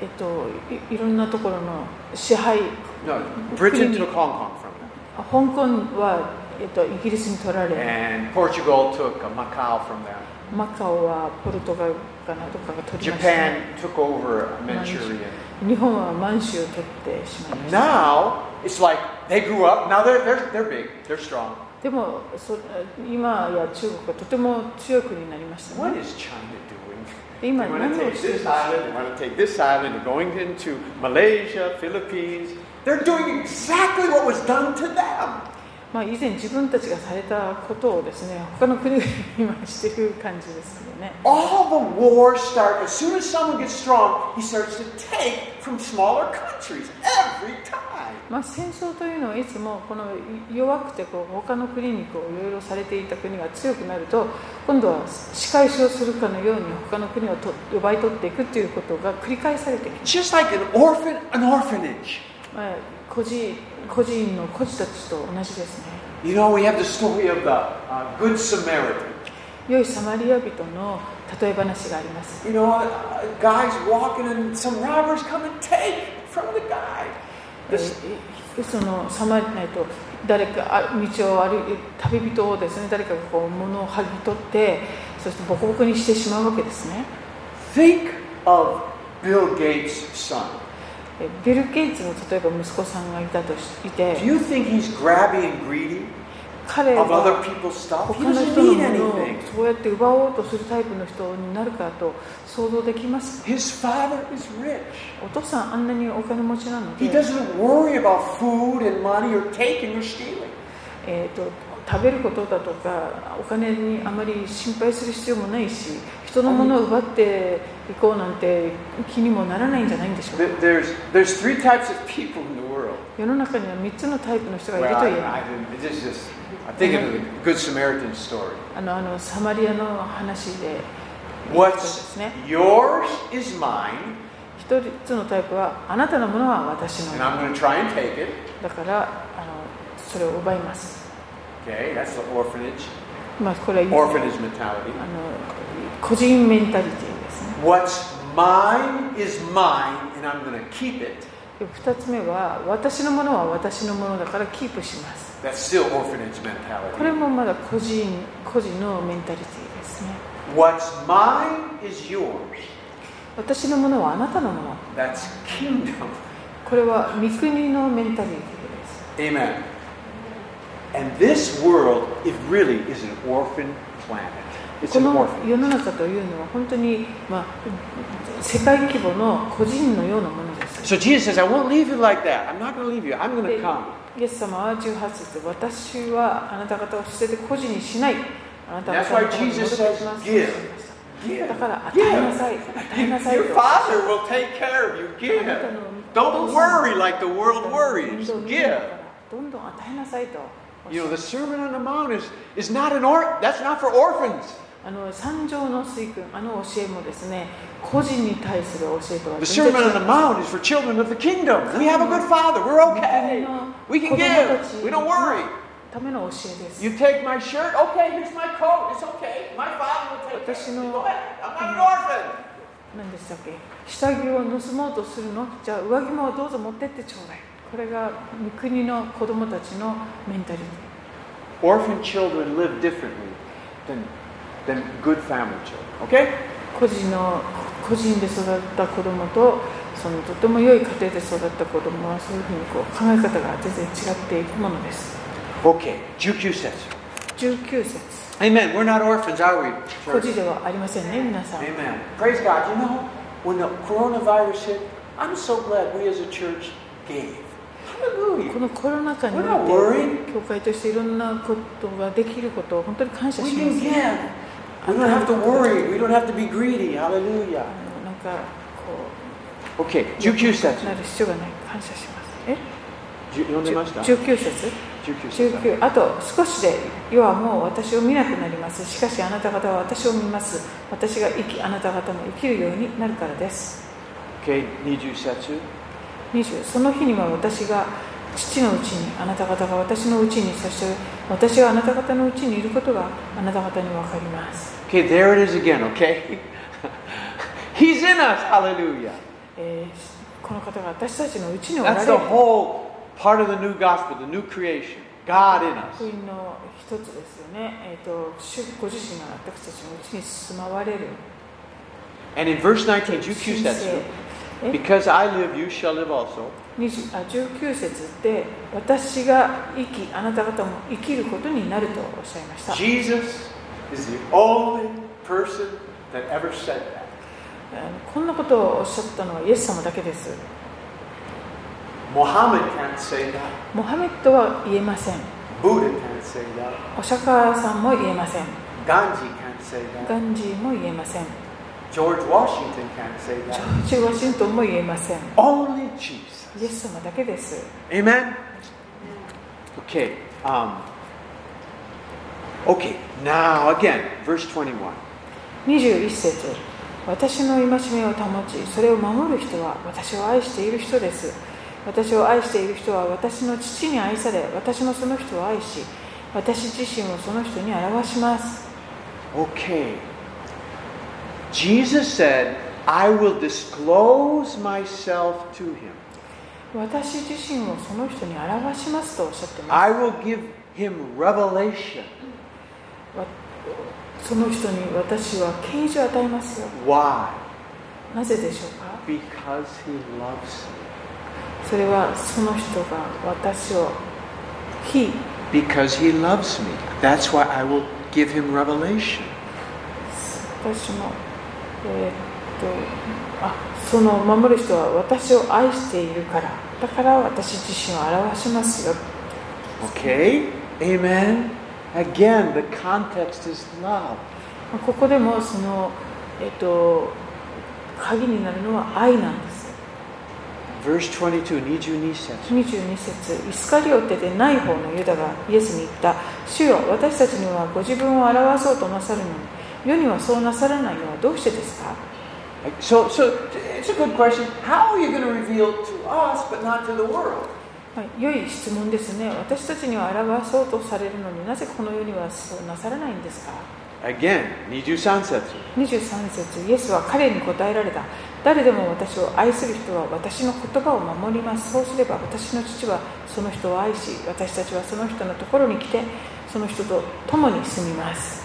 S2: えっといいろんなところの支配
S1: No, Britain
S2: Britain-
S1: took Hong Kong from them.
S2: 香港は、えっと、イギリスに取られ
S1: And Portugal took uh, Macau from them.
S2: マカオはポルトガルかなどっかが取りました、ね、
S1: Japan took over Manchuria.
S2: 日本は満州を取ってしまいました
S1: Now it's like they grew up. Now they're they're they're big. They're strong.
S2: でもそ今や中国はとても強い国になりました
S1: What
S2: ね
S1: is China doing?
S2: で
S1: They
S2: 今何
S1: want
S2: を
S1: to
S2: してるんで
S1: take
S2: し
S1: this
S2: ょう
S1: island. They want to take this island. They're going into Malaysia, Philippines. They're doing exactly what was done to them.
S2: まあ以前自分たちがされたことをですね他の国が今してる感じですけどね
S1: All the wars start as soon as someone gets strong. He starts to take from smaller countries every time.
S2: まあ、戦争というのはいつもこの弱くてこう他の国にこういろいろされていた国が強くなると今度は仕返しをするかのように他の国をと奪い取っていくということが繰り返されてきて、
S1: Just like an orphan, an orphanage.
S2: まあ、孤児個人の孤児たちと同じですね
S1: You know, we have the story of the uh, Good Samaritan.
S2: 良いサマリア人の例え話があります
S1: You know, a guy's walking and some robbers come and take from the guy.
S2: え
S1: This,
S2: ーそのサマリア人誰かあ道を歩い旅人をですね誰かがこう物を剥ぎ取ってそしてボコボコにしてしまうわけですね
S1: think of Bill Gates' son.
S2: えビル・ゲイツの例えば息子さんがいたとしいて
S1: Do you think he's grabby and greedy?
S2: 彼
S1: of
S2: は
S1: other people's stuff.
S2: 他
S1: He
S2: の
S1: doesn't need
S2: 人のものを
S1: anything.
S2: そうやって奪おうとするタイプの人になるかと想像できますか
S1: His father is rich.
S2: お父さんあんなにお金持ちなの
S1: He
S2: で、
S1: doesn't worry about food and money or taking or stealing.
S2: えー、と食べることだとかお金にあまり心配する必要もないし人のものを奪っていこうなんて気にもならないんじゃないんでしょうか
S1: There- There's, there's three types of people in the world.
S2: 世の中には3つのタイプの人がいる
S1: Well,
S2: と
S1: I,
S2: いえば
S1: I didn't, it's just, just- I'm thinking of the Good Samaritan story.
S2: あのあのサマリアの話で言ったん
S1: What's
S2: ですね
S1: yours is mine,
S2: 一つのタイプはあなたのものは私の
S1: and
S2: だ
S1: I'm going to try and take it.
S2: からあのそれを奪います
S1: Okay, that's the orphanage,
S2: まあこれは
S1: orphanage mentality.
S2: あの個人メンタリティですね
S1: What's mine is mine, and I'm going to keep it.
S2: で2つ目は私のものは私のものだからキープします
S1: That's still orphanage
S2: これ
S1: mentality.
S2: もまだ個人個人のメンタリティですね
S1: What's mine is yours.
S2: 私のものはあなたのもの
S1: That's kingdom.
S2: これは御国のメンタリティです
S1: Amen. And this world, it really is an orphan planet. It's
S2: こ
S1: an
S2: の
S1: orphan.
S2: 世の中というのは本当に、まあ、世界規模の個人のようなものです
S1: So Jesus says, I won't leave you like that. I'm not going to leave you. I'm going
S2: で
S1: to come.
S2: イエス様は18節私はあなた方を捨てて個人にしないあなた
S1: That's
S2: 方の
S1: why
S2: ところに戻
S1: Jesus
S2: って
S1: says,
S2: きますと言い
S1: give.
S2: ました
S1: Give.
S2: だから与えな
S1: Give.
S2: さい、与えなさい
S1: Your
S2: と。
S1: Father will take care of you.
S2: あなた
S1: Give.
S2: の
S1: Don't worry like the
S2: どんど
S1: world
S2: ん
S1: worries.
S2: どんどん
S1: Give.
S2: どんどん与えなさいと。
S1: You know, the Sermon on the Mount is, is not an or that's not for orphans.
S2: あの三条の水君、あの教えもですね、個人に対する教えとは
S1: The
S2: 全然
S1: Sermon
S2: 違
S1: on
S2: う
S1: the Mount is for children of the kingdom. We have a good father. We're okay. We can give. We don't worry.
S2: ための教えです。
S1: You take my shirt? Okay, here's my coat. It's okay. My father will take care of it.
S2: 私の-
S1: Go ahead. I'm not an orphan.
S2: 何でしたっけ下着を盗もうとするのじゃあ上着もどうぞ持ってってちょうだい。これが御国の子供たちのメンタリティ。
S1: Orphan children live differently than, than good family children. Okay?
S2: 個人の個人で育った子供とそのとても良い家庭で育った子供はそういうふうにこう考え方が全然違っていくものです
S1: Okay. Jukyu says.
S2: 19節
S1: Amen. We're not orphans, are we?
S2: 孤
S1: church?
S2: 児ではありませんね皆さん
S1: Amen. Praise God. You know, when the coronavirus hit, I'm so glad we as a church gave.
S2: こ
S1: Hallelujah.
S2: のコロナ禍にお
S1: We're not worried.
S2: いて教会としていろんなことができることを本当に感謝
S1: We
S2: し
S1: can
S2: ます
S1: give. We don't have to worry. We don't have to be greedy.
S2: あ
S1: Hallelujah.
S2: のなんかこ
S1: Okay,
S2: う
S1: 19
S2: な
S1: 節。
S2: る必要がない感謝しますえ
S1: じゅ読んでました
S2: 19節
S1: ?19 節。
S2: 19あと少しで世はもう私を見なくなりますしかしあなた方は私を見ます私が生きあなた方も生きるようになるからです
S1: Okay, 20節。
S2: 20その日には私が父のうちにあなた方が私のうちにそして私があなた方のうちにいることがあなた方に分かります
S1: Okay, there it is again, okay? <laughs> He's in us. Hallelujah.
S2: えーこの方が私たちのうちにおられ
S1: That's
S2: る
S1: the whole part of the new gospel, the new creation. God in us.
S2: 福音の一つですよね、えー、と主ご自身が私たちのうちに住まわれる
S1: And in verse 19,
S2: 神聖
S1: 19節。Because I live, you shall live also.
S2: 20あ19節で私が生きあなた方も生きることになるとおっしゃいました
S1: Jesus is the only person that ever said that.
S2: あのこんなことをおっしゃったのはイエス様だけです
S1: Muhammad can't say that.
S2: モハメッドは言えません
S1: Buddha can't say that.
S2: お釈迦さんも言えません
S1: Gandhi can't say that.
S2: ガンジーも言えません
S1: George Washington can't say
S2: ジョ
S1: that.
S2: ージ・ワシントンも言えません
S1: Only Jesus.
S2: イエス様だけです
S1: Amen. Okay. Um, okay. Now again, verse 21.
S2: 21節私の戒めを保ちそれを守る人は私を愛している人です私を愛している人は私の父に愛され私もその人を愛し私自身をその人に表します
S1: Okay. Jesus said, "I will disclose myself to him.
S2: 私自身をその人に表しますとおっしゃってま
S1: I will give him revelation."
S2: すわその人に私は啓示を与えますよ
S1: Why?
S2: なぜでしょうか
S1: Because he loves me.
S2: それはその人が私を非
S1: Because he loves me. That's why I will give him revelation.
S2: 私も、えーっとあその守る人は私を愛しているからだから私自身を表しますよ
S1: Okay? Amen. Again, the context is love.
S2: ここでもその、えーっと鍵になるのは愛なんです
S1: Verse 22, Niju ni setsu.
S2: 22節イスカリオテでない方のユダがイエスに言った主よ私たちにはご自分を表そうとなさるのに世にはそうなさらないのはどうしてですか
S1: So, so it's a good question. How are you going to reveal to us but not to the world?
S2: はい、良い質問ですね。私たちには表そうとされるのになぜこの世にはそうなさらないんですか
S1: Again, Niju san setsu.
S2: 23節イエスは彼に答えられた。誰でも私を愛する人は私の言葉を守ります。そうすれば私の父はその人を愛し、私たちはその人のところに来て、その人と共に住みます。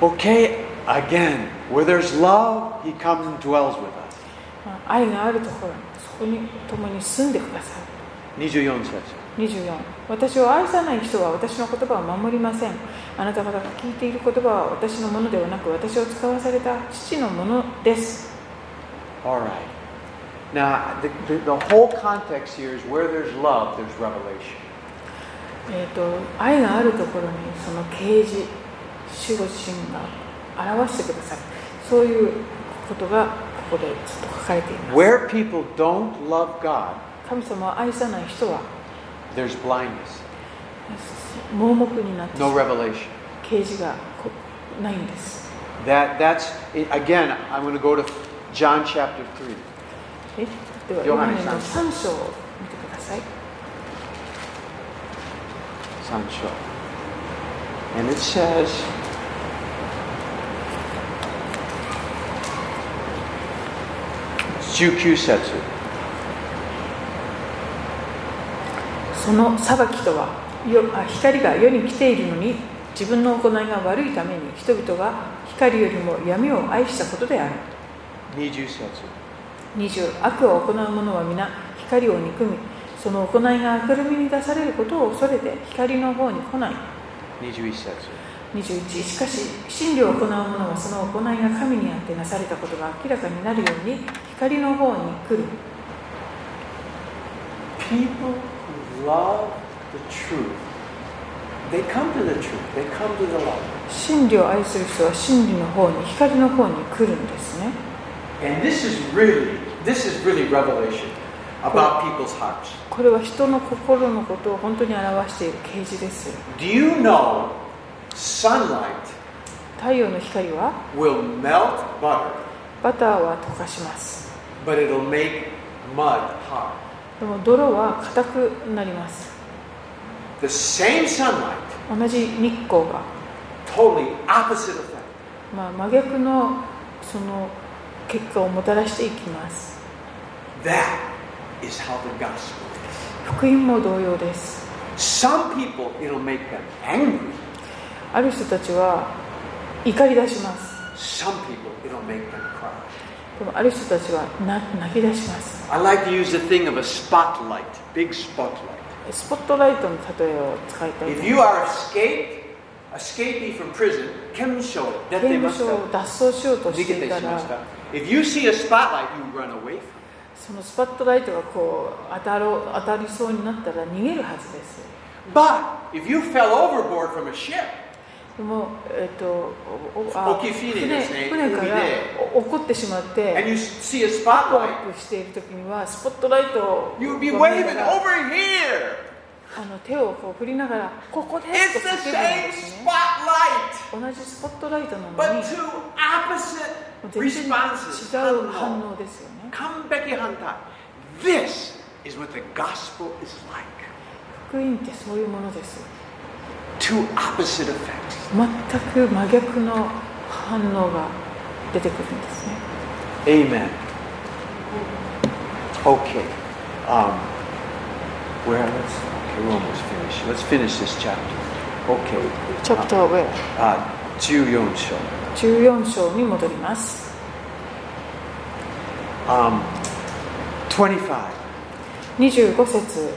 S1: Okay, again, where there's love, he comes and dwells with us.
S2: まあ愛があるところ、そこに共に住んでください。
S1: 24 setsu.
S2: 24私を愛さない人は私の言葉を守りませんあなた方が聞いている言葉は私のものではなく私を使わされた父のものです
S1: All right. Now, the, the, the whole context here is where there's love, there's revelation.
S2: えっ、と愛があるところにその啓示主ご自身が表してくださいそういうことがここでずっと書かれています
S1: Where people don't love God,
S2: 神様を愛さない人は
S1: there's blindness,
S2: 盲目になってしま
S1: no
S2: う
S1: revelation.
S2: 啓示がこないんです
S1: That that's again. I'm going to go to John chapter three.
S2: えではヨ
S1: ヨ
S2: ハ
S1: ハ
S2: ネ
S1: ネ
S2: の
S1: さん
S2: 3章を見てください
S1: Sancho. And it says, Jukyu Setsu.
S2: その裁きとはよあ光が世に来ているのに自分の行いが悪いために人々が光よりも闇を愛したことである
S1: Niju Setsu.
S2: 20悪を行う者は皆光を憎みその行いが明るみに出されることを恐れて光の方に来ない
S1: Niju Setsu.
S2: 21しかし真理を行う者はその行いが神にあってなされたことが明らかになるように光の方に来る
S1: People who love the truth, they come to the truth, they come to the love.
S2: 真理を愛する人は真理の方に光の方に来るんですね
S1: And this is really, this is really revelation about people's hearts.
S2: これは人の心のことを本当に表している啓示です
S1: Do you know sunlight
S2: 太陽の光は
S1: will melt butter?
S2: バターは溶かします
S1: but it'll make mud hard.
S2: でも泥は硬くなります
S1: The same sunlight,
S2: 同じ日光が、
S1: totally opposite effect.
S2: まあ、真逆のその結果をもたらしていきます
S1: That is how the gospel is.
S2: 福音も同様です
S1: Some people, it'll make them angry.
S2: ある人たちは怒り出します
S1: Some people, it'll make them cry.
S2: でもある人たちはな泣き出します
S1: I like to use the thing of a spotlight, big spotlight.
S2: スポットライトの例えを使いたい
S1: If
S2: と思いま
S1: you are escaped, escapee from prison, Kim showed
S2: す
S1: that
S2: 刑
S1: they
S2: 務
S1: must
S2: 所を
S1: have.
S2: 脱走しようとしてい
S1: 逃げて
S2: たら
S1: しまった。If you see a spotlight, you run away from it.
S2: そのスポットライトがこう当たろう当たりそうになったら逃げるはずです
S1: But if you fell overboard from a ship,
S2: でも、えっとおお
S1: 沖フィリーですね
S2: 船船から
S1: 海で
S2: お起こってしまって
S1: and you see a
S2: パワ
S1: spotlight,
S2: ーアップしている時にはスポットライトを
S1: You'll be
S2: こう見
S1: waving
S2: ながら
S1: over here.
S2: あの手をこう振りながら「ここです」と
S1: It's the
S2: 叫ぶん
S1: same
S2: ですね
S1: spotlight,
S2: 同じスポットライトなのに
S1: but two opposite
S2: もう全然
S1: responses.
S2: 違う反応ですよね
S1: Come Becky Hanta. This is what the gospel is like.
S2: 福音ってそういうものです
S1: Two opposite effects.
S2: 全く真逆の反応が出てくるんですね
S1: Amen. Okay. Um, where let's okay, we're almost finished. Let's finish this chapter. Okay.
S2: チャプターウェア
S1: Uh, 14 show.
S2: 14章に戻ります
S1: Um, 25.
S2: 25節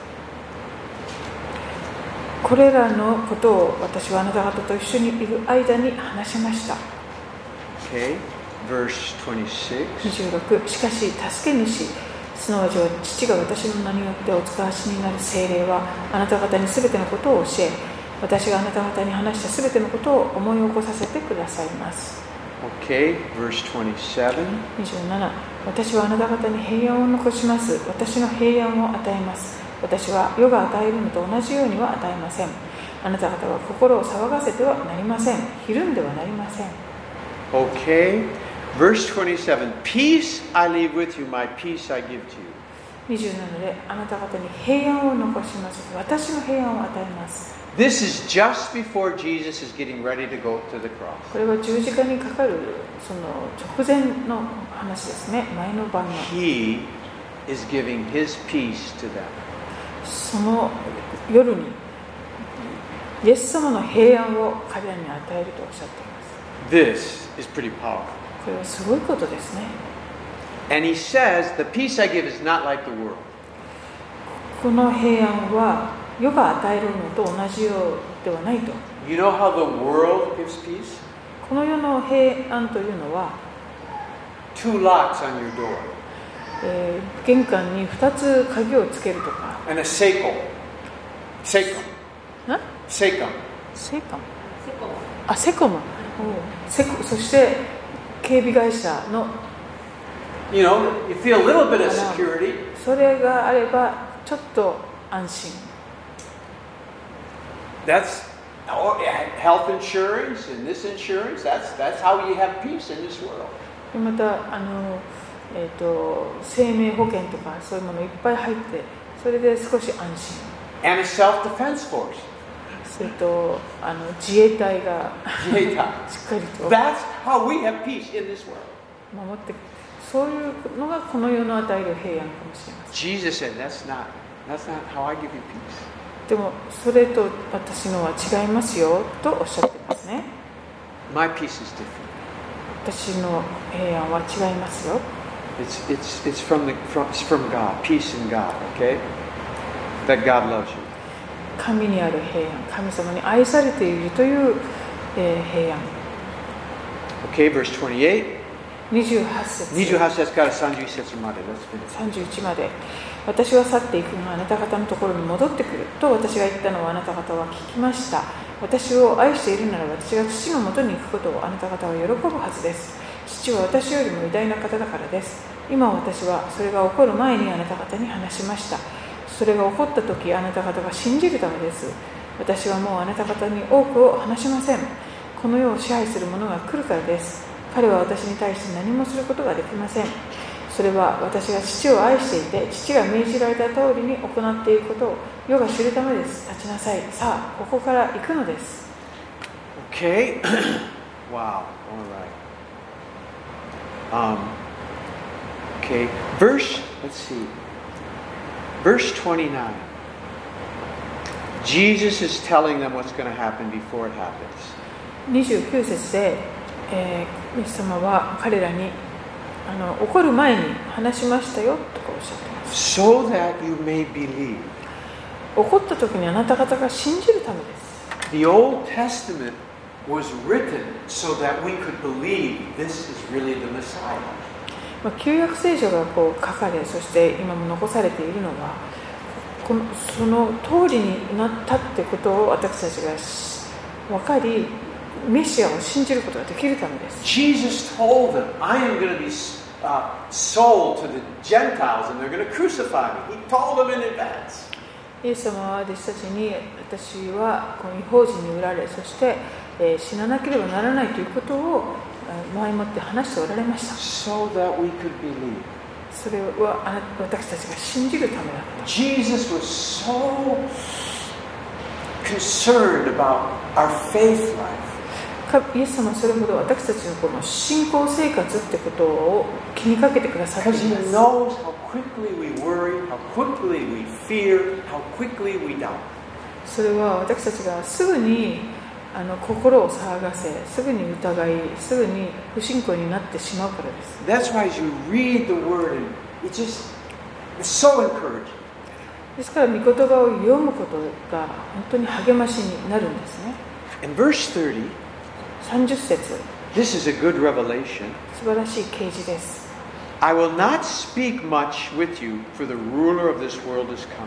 S2: これらのことを私はあなた方と一緒にいる間に話しました
S1: Okay, verse 26.
S2: 26しかし助け主すなわち父が私の名によってお使わしになる精霊はあなた方に全てのことを教え私があなた方に話した全てのことを思い起こさせてくださいます
S1: Okay, verse 27.
S2: 27私はあなた方に平安を残します私の平安を与えます私は世が与えるのと同じようには与えませんあなた方は心を騒がせてはなりませんひるんではなりません
S1: Okay, verse 27. Peace I leave with you, my peace I give to you.
S2: 27であなた方に平安を残します私の平安を与えます
S1: This is just before Jesus is getting ready to go to the cross.
S2: これは十字架にかかるその直前の話ですね前の晩の
S1: He is giving his peace to them.
S2: その夜にイエス様の平安を彼らに与えるとおっしゃっています
S1: This is pretty powerful.
S2: これはすごいことですね
S1: And he says, The peace I give is not like the world.
S2: この平安は世が与えるのと同じようではないと
S1: You know how the world gives peace?
S2: この世の平安というのは、
S1: Two locks on your door
S2: えー玄関に2つ鍵をつけるとか
S1: and a seiko. Seiko.
S2: な
S1: Seiko.
S2: セコムあセコムセコそして警備会社の
S1: You know, you feel a little bit of security.
S2: それがあればちょっと安心
S1: That's oh, yeah, health insurance and this insurance. That's that's how you have peace in this world.
S2: でまたあの、えー、と生命保険とかそういうものいっぱい入ってそれで少し安心
S1: And a self-defense force. <laughs>
S2: それとあの自衛隊が <laughs>
S1: Yeah.
S2: しっかりと
S1: That's how we have peace in this world.
S2: 守ってそういうのがこの世の与える平安かもしれません
S1: Jesus said, "That's not that's not how I give you peace."
S2: でもそれと私のは違いますよとおっしゃってますね
S1: My peace is different.
S2: 私の平安は違いますよ
S1: It's it's it's from the from, it's from God. Peace in God. Okay, that God loves you.
S2: 神にある平安神様に愛されているという、えー平安
S1: Okay, verse 28.
S2: 28節
S1: 28節から31節まで Let's finish.
S2: 31まで私は去っていくがあなた方のところに戻ってくると私が言ったのをあなた方は聞きました私を愛しているなら私が父のもとに行くことをあなた方は喜ぶはずです父は私よりも偉大な方だからです今私はそれが起こる前にあなた方に話しましたそれが起こった時あなた方が信じるためです私はもうあなた方に多くを話しませんこの世を支配する者が来るからです彼は私に対して何もすることができませんそれは私が父を愛していて父が命じられた通りに行っていることを世が知るためです立ちなさいさあここから行くのです
S1: Okay. <clears throat> wow. All right. Um, okay. Verse, let's see. Verse 29. Jesus is telling them what's going to happen before it happens.
S2: 29節で、えーイエス様は彼らにあの怒る前に話しましたよとかおっしゃってます
S1: So that you may believe.
S2: 怒った時にあなた方が信じるためです
S1: The Old Testament was written so that we could believe this is really the Messiah.
S2: まあ、旧約聖書がこう書かれそして今も残されているのはこのその通りになったってことを私たちがし分かりメシアを信じることができるためです
S1: Jesus told them, I am going to be uh, sold to the Gentiles and they're going to crucify me. He told them in advance.
S2: イエス様は弟子たちに私はこの違法人に売られそして、えー死ななければならないということをえー前もって話しておられました
S1: So that we could believe.
S2: それはあな私たちが信じるためだった
S1: Jesus was so concerned about our faith life.
S2: かイエス様はそれほど私たちのこの信仰生活ってことを気にかけてくださってい
S1: Because he
S2: ます
S1: knows how quickly we worry, how quickly we fear, how quickly we doubt.
S2: それは私たちがすぐにあの心を騒がせすぐに疑いすぐに不信仰になってしまうからです
S1: That's why as you read the word, it just, it's so encouraging.
S2: ですから、御言葉を読むことが本当に励ましになるんですね。
S1: In verse 30,
S2: 30節
S1: this is a good revelation.
S2: 素晴らしい啓示です。
S1: I will not speak much with you, for the ruler of this world is coming.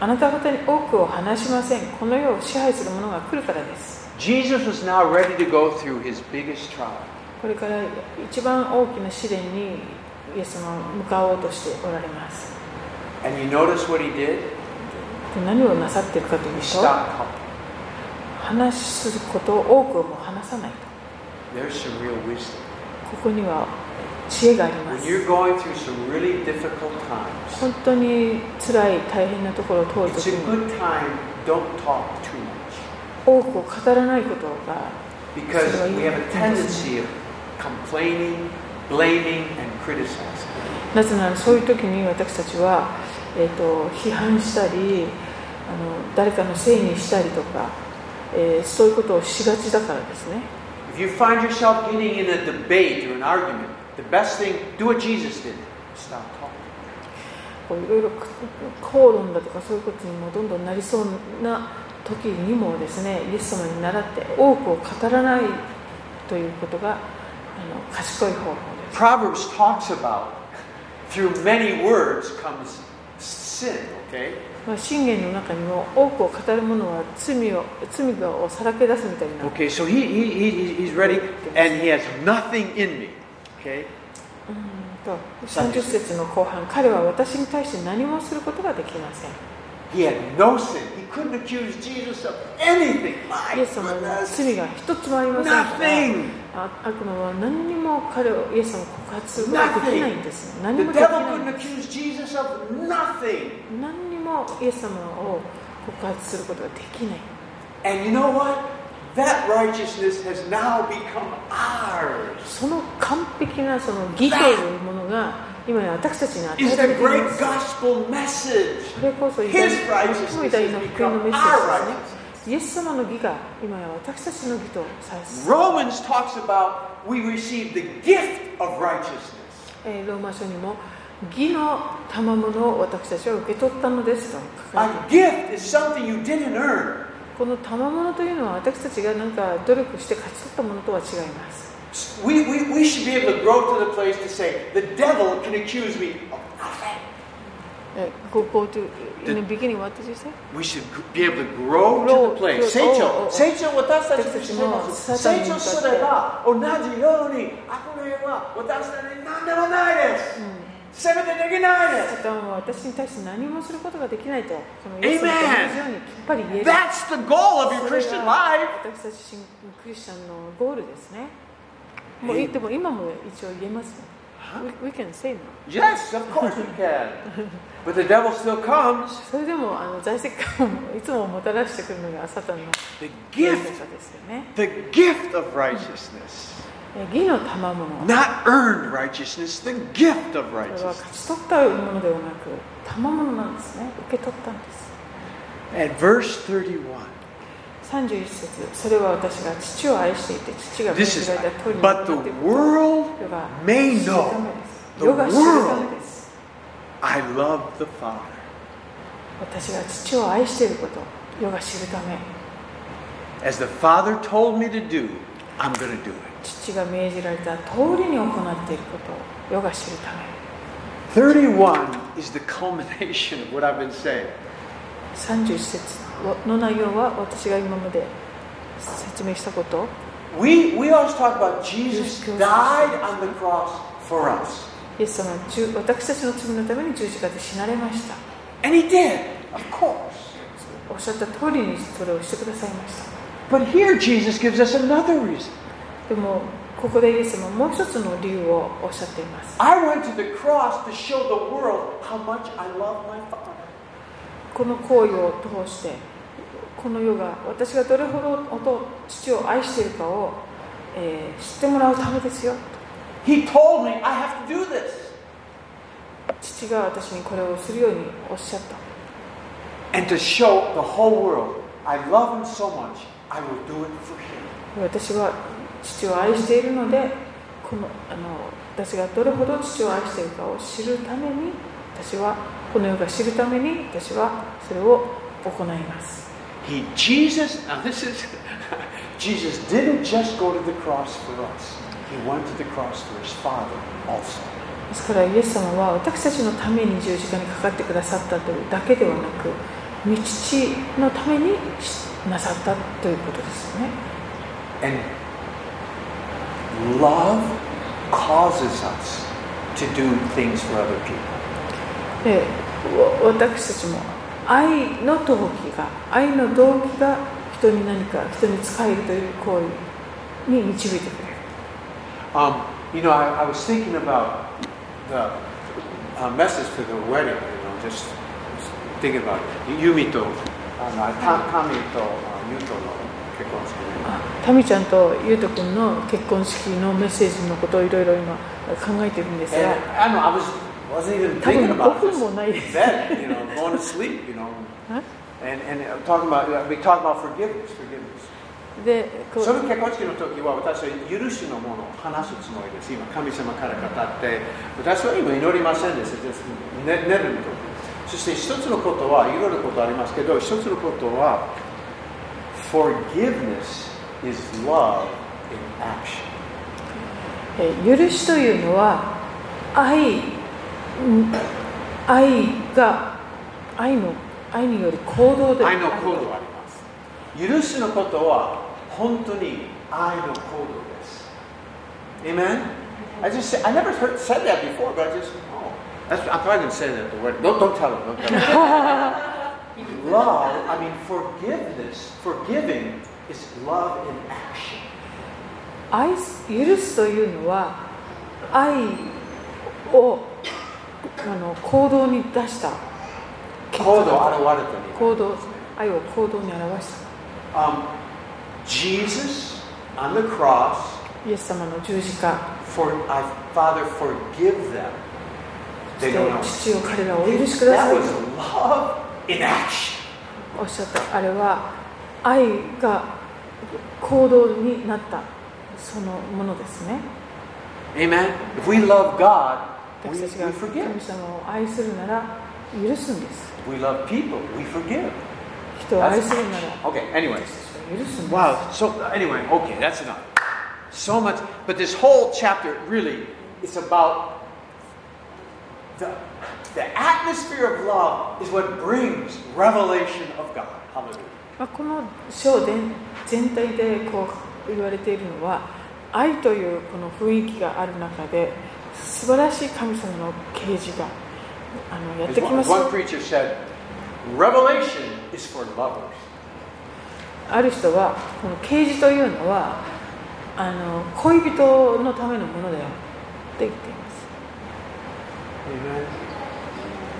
S2: あなた方に多くを話しません。この世を支配する者が来るからです。
S1: Jesus was now ready to go through his biggest trial.
S2: これから一番大きな試練にイエス様は向かおうとしておられます。
S1: And you notice what he did?
S2: で何をなさっているかという
S1: He stopped
S2: と、
S1: talking.
S2: 話すことを多くをもう話さないと。
S1: There's some real wisdom.
S2: ここには知恵がありま
S1: When
S2: す。
S1: you're going through some really difficult times,
S2: 本当に辛い大変なところを通ると
S1: it's
S2: き
S1: a
S2: に
S1: good time, don't talk too much.
S2: 多くを語らないことが
S1: Because we have a tendency of complaining, blaming, and criticizing.
S2: なぜならそういう時に私たちは、えー、と批判したりあの誰かのせいにしたりとか、えーそういうことをしがちだからですね
S1: If you find yourself getting in a debate or an argument, the best thing, do what Jesus did. Stop talking.
S2: こういろいろく口論だとかそういうことにもどんどんなりそうな時にもですねイエス様に習って多くを語らないということがあの賢い方法です
S1: Proverbs talks about through many words comes sin, okay?
S2: まあ、信玄の中にも多くを語る者は罪を罪をさらけ出すみたいな
S1: Okay, so he, he, he he- he's ready and he has nothing in me. Okay?
S2: と30節の後半彼は私に対して何もすることができません
S1: He had no sin. He couldn't accuse Jesus of anything. My
S2: イエス様は
S1: goodness.
S2: 罪が一つもありませんから
S1: Nothing.
S2: あ悪魔は何にも彼をイエス様を告発することができないんですよ何に
S1: The
S2: もでき
S1: devil
S2: ない
S1: couldn't accuse Jesus of nothing.
S2: 何にもイエス様を告発することができない
S1: And you know what? That righteousness has now become ours.
S2: その完璧なその義というものが今や私たちに与
S1: Is
S2: えら
S1: the
S2: れていま
S1: great
S2: す
S1: gospel message.
S2: それこそ偉大
S1: His
S2: 最も偉大
S1: righteousness
S2: な
S1: has
S2: 福音の
S1: become
S2: メッセ
S1: our
S2: ージ
S1: righteousness.
S2: ですねイエス様の義が今や私たちの義とされす、
S1: Romans talks about we receive the gift of righteousness.
S2: えーローマ書にも義の賜物を私たちは受け取ったのですと書かれていま
S1: A gift is something you didn't earn.
S2: すこの賜物というのは私たちがなんか努力して勝ち取ったものとは違います
S1: We, we, we should be able to grow to the place to say, the devil can accuse me of nothing.
S2: えー Go, go to, in
S1: The-
S2: the beginning, what did you say?
S1: We should g- be able to grow to
S2: Grow
S1: the place.
S2: to-
S1: Seicho,
S2: oh, oh, oh.
S1: Seicho,
S2: 私たちもサタンに向かって。
S1: Oh,
S2: Mm.
S1: 私たちのすべてを同じように、あこの世は私たちに何でもないです。せめてできないです。
S2: サタンは私に対して何もすることができないと、その
S1: Amen.
S2: イエス様と同じようにきっぱり言える。
S1: That's the goal of your
S2: それ
S1: Christian
S2: が
S1: life.
S2: 私たち新クリスチャンのゴールですね。もういでも今も一応言えます。We, we can say now.
S1: Yes, of course you
S2: <laughs>
S1: can. But the devil still comes.
S2: それでもあの在籍感をいつももたらしてくるのがサタンの
S1: The
S2: や
S1: gift,
S2: り方ですよね。
S1: the gift of righteousness.
S2: え義の賜物。
S1: Not earned righteousness, the gift of
S2: これは
S1: righteousness.
S2: 勝ち取ったものではなく、賜物なんですね。受け取ったんです。
S1: At verse 31,
S2: 31節それは私が父を愛していて、父が
S1: this is,
S2: られた通りに
S1: but
S2: 行
S1: the
S2: っているこ
S1: world
S2: とが
S1: may
S2: 知るため
S1: know
S2: です。
S1: The
S2: 世が知るためです。
S1: I love the Father.
S2: 私が父を愛していること、世が知るため。
S1: As the Father told me to do, I'm going to do it.
S2: 父が命じられた通りに行っていることを世が知るため
S1: 31 is the culmination of what I've been saying.
S2: 31節の内容は私が今まで説明したこと、
S1: We, we always talk about Jesus
S2: Yes, yes.
S1: died on the cross for us.
S2: イエス様は十私たちの罪のために十字架で死なれました。
S1: And he did, of course.
S2: おっしゃった通りにそれをしてくださいました。
S1: But here Jesus gives us another reason.
S2: でも、ここでイエス様はもう一つの理由をおっしゃっています。
S1: I went to the cross to show the world how much I love my Father.
S2: この行為を通して、この世が私がどれほど弟、父を愛しているかを、えー知ってもらうためですよ。
S1: He told me I have to do this.
S2: 父が私にこれをするようにおっしゃった。
S1: And to show the whole world I love him so much, I will do it for him.
S2: 私は父を愛しているのでこのあの私がどれほど父を愛しているかを知るために私はこの世が知るために私はそれを行います
S1: He, Jesus, now this is, <laughs> Jesus didn't just go to the cross for us, He went to the cross for His Father also.
S2: ですからイエス様は私たちのために十字架にかかってくださったというだけではなく御父のためにしなさったということですよね
S1: And love causes us to do things for other people.
S2: でわ私たちも愛の動機が愛の動機が人に何か人に使えるという行為に導いてくれる
S1: Um, you know, I, I was thinking about the uh, message for the wedding, you know, just thinking about it. Yumi to, uh, Ta- Tami to, uh, Yuto no kekkon
S2: あタミちゃんとゆうとくんの結婚式のメッセージのことをいろいろ今考えてるんですが
S1: And I don't know, I was, wasn't even
S2: 多
S1: thinking
S2: 分
S1: about this.
S2: 5分もないです
S1: Then, you know, going to sleep, you know. And, and I'm talking about, uh, we talk about forgiveness, forgiveness.
S2: でこう
S1: その結婚式の時は私は許しのものを話すつもりです。今、神様から語って、私は今祈りませんです。ですね、寝るの時。そして一つのことは、いろいろなことありますけど、一つのことは、Forgiveness is love in action.
S2: えー許しというのは愛ん愛が愛の愛による行動で
S1: 愛の行動があります。許しのことは、本当に愛の行動です。Amen? I just said, I never heard, said that before, but I just, oh. That's, I'm probably going to say that the word. Don't, don't tell him, don't tell him. love, I mean, forgiveness, forgiving is love in action.
S2: 愛す許すというのは愛をあの行動に出した結果行動愛を行動に表した
S1: Um, Jesus on the cross,
S2: イエス様の十字架
S1: for I, Father, forgive them.
S2: そし
S1: They
S2: て
S1: don't know.
S2: 父を彼らをお許しくださ
S1: That
S2: い
S1: was love in action.
S2: おっしゃったあれは愛が行動になったそのものですね
S1: Amen. If we love God, we, we
S2: 私たちが神
S1: forgive.
S2: 様を愛するなら許すんです
S1: If we love people, we forgive.
S2: 人を愛するなら
S1: Okay, anyways.
S2: 許すんです
S1: Wow. So anyway, okay, that's enough. So much, but this whole chapter really is about the the atmosphere of love is what brings revelation of God. Hallelujah.
S2: まあこの章で全体でこう言われているのは愛というこの雰囲気がある中で素晴らしい神様の啓示があのやっ
S1: As
S2: てき
S1: one,
S2: ま
S1: as
S2: す
S1: one preacher said, revelation is for lovers.
S2: ある人はこの啓示というのはあの恋人のためのものだよって言っていま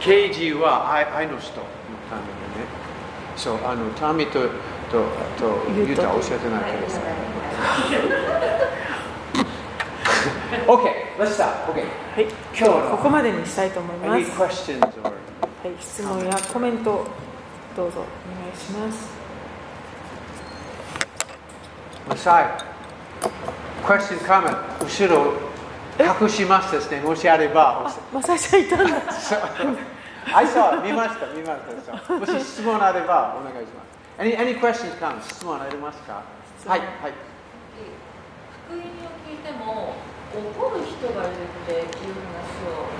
S2: す
S1: Amen. KG は愛愛の人のためにね。そう、あの、タミと、と、と、
S2: ユ
S1: ユ
S2: タ
S1: タ
S2: と
S1: 教えてないです。OK、let's stop. OK。
S2: はい、
S1: 今日は
S2: ここまでにしたいと思いま
S1: Any
S2: す、は
S1: questions or?
S2: い、質問やコメントどうぞお願いします
S1: Messiah. Question, comment. 後ろ隠しますですね。もしあれば。
S2: あマサイちゃんいたんだ
S1: I saw it. 見ました。見ました。そうもし質問あればお願いします。Any, any questions, comments? 質問ありますか
S2: 質問
S1: はい、はい。
S3: 福音を聞いても怒る人がいるっていう話を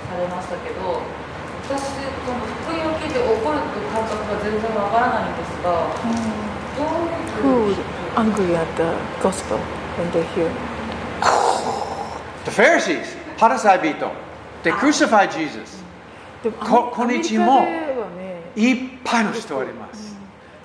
S3: されましたけど私その福音を聞いて怒るっていう感覚が全然わからないんですがどう
S2: Who
S3: いう
S2: is
S3: 人
S2: angry at the gospel when they hear?
S1: The Pharisees, Parasabito, they crucified Jesus.
S2: でも
S1: こ
S2: アメ
S1: 今日
S2: アメリカ
S1: も
S2: ではね、
S1: いっぱいの人おります。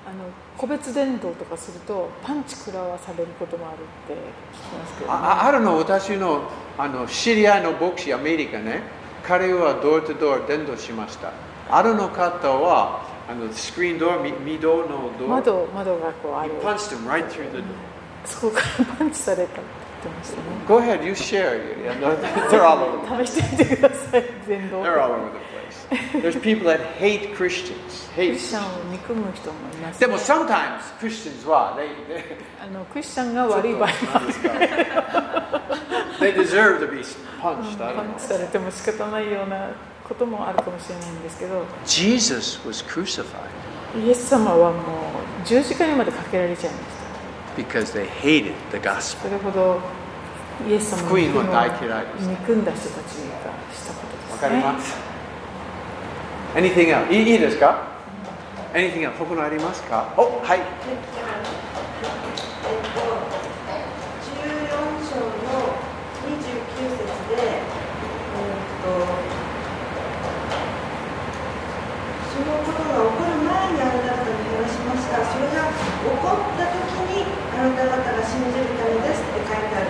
S2: あの個別伝道とかするとパンチ食らわされることもあるって聞きますけど、ね、
S1: あああるの私のあの知り合いの牧師、アメリカね、彼はドアとドア伝道しました。あるの方はあのスクリーンドア、み緑のドア、
S2: 窓窓がこうある
S1: he punched him right through the door.
S2: そこからパンチされたって言ってましたね
S1: Go ahead, you share. You know, <laughs> they're all over.
S2: 試してみてください伝道
S1: They're all over the place. There's people that hate Christians.
S2: ク
S1: Hate.
S2: リスチャンを憎む人もいます
S1: でも sometimes Christians は、they, they,
S2: あのクリスチャンが悪い場合は
S1: <laughs> they deserve to be punched. I don't
S2: パン
S1: know.
S2: チされても仕方ないようなこともあるかもしれないんですけど
S1: Jesus was crucified
S2: イエス様はもう十字架にまでかけられちゃいました
S1: because they hated the gospel.
S2: それほどイエス様の
S1: 福音を大嫌いでした
S2: 憎んだ人たちがしたことですね
S1: わかります。Anything else? いいいいですか ?Anything else? 他のありますかおはい。
S4: えっと、14章の29節で、えっと、そのことが起こる前にあなた方に話しました、それが起こった時にあなた方が信じるためですって書いてある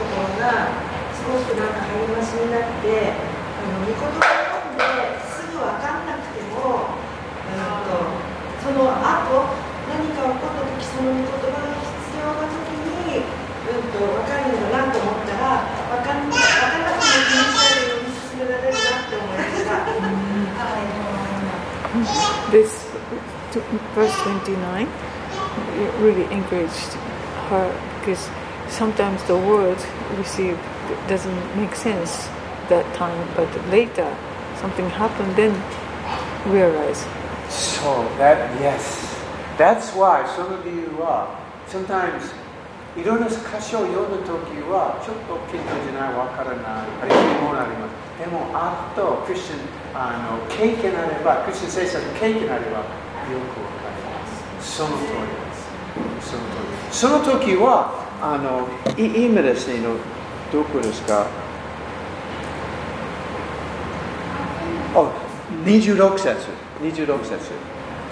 S4: ところが、すごくなんか励ましになって、あの御言葉を読んですぐ分かんなくても、うんとその後何か起こった時その御言葉が必要な時に、うん、と分かるのだなと思ったら分かん分からなくても気にしないように進められるなって思いました。はい
S2: This verse 29 it really encouraged her because sometimes the word received doesn't make sense that time, but later something happened, then realize.
S1: So that, yes. That's why some of you are sometimes いろんな箇所を読むときはちょっとピンとじゃない、わからない、あるいは疑問あります。でも、あと、クリスチャン、あの、経験あれば、クリスチャン聖書の経験あれば、よくわかります。その通りです。その通りです。その時は、あの、い今ですね、のどこですかお26節26節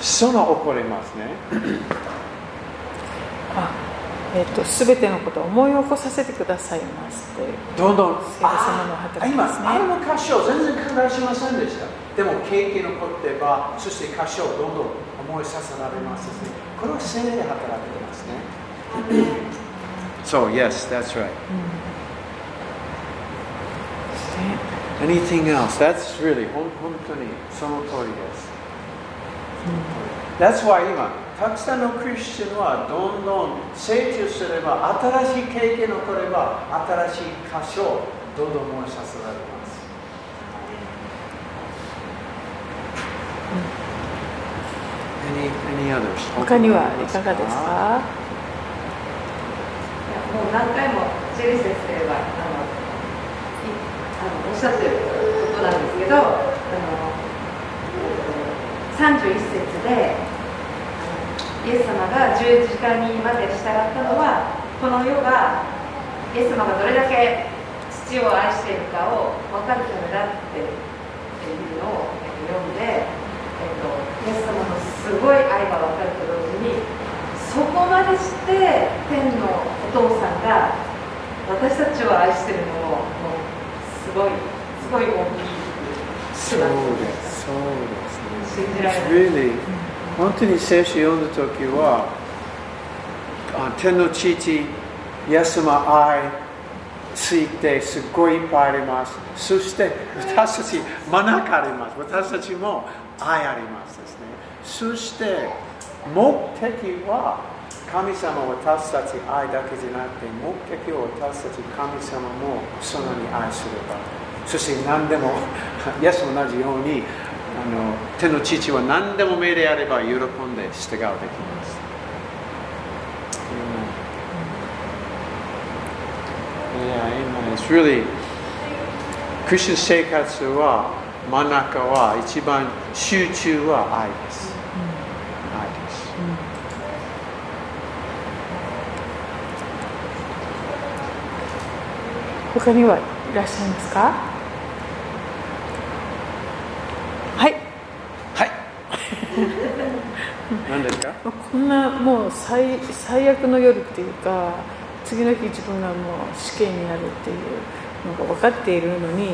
S1: その起こりますね
S2: あえっと全てのことを思い起こさせてくださいますという
S1: どんどん
S2: 聖霊様の働きですね
S1: あ今あの箇所全然考えしませんでしたでも経験の言葉そして箇所をどんどん思いさせられますねこれは精霊で働いてますね So yes, that's right
S2: ですね
S1: Anything else? That's really ほん本当にその通りです。That's why 今、たくさんのクリスチャンはどんどん成長すれば、新しい経験をこれば、新しい箇所をどんどん思いさせられます。Any, any others?
S2: 他にはいかがですか
S5: もう何回もジェリー先生はあのいあのおっしゃってることなんですけどあの31節であのイエス様が十字架にまで従ったのはこの世がイエス様がどれだけ父を愛しているかを分かるためだっていうのをえっと読んで、えっと、イエス様のすごい愛が分かると同時にそこまでして天のお父さんが私たちを愛してるのももうすごいすごい大きい
S1: そうです。そうですね。
S5: 信じられない
S1: Really 本当に聖書読んだ時は、あ天の父、イエス様愛、ついてすっごいいっぱいあります。そして私たち、真ん中あります。私たちも愛ありますですね。そして目的は神様私たち愛だけじゃなくて目的を私たち神様もそんなに愛すればそして何でも <laughs> イエスも同じようにあの手の父は何でも命令あれば喜んで従うできます。Amen. Yeah, amen. It's really クリスチャン生活は真ん中は一番集中は愛です。愛です。
S2: 他にはいらっしゃいますかはい
S1: はい。 <laughs> 何ですか
S2: もうこんなもう最最悪の夜っていうか次の日自分がもう死刑になるっていうのが分かっているのに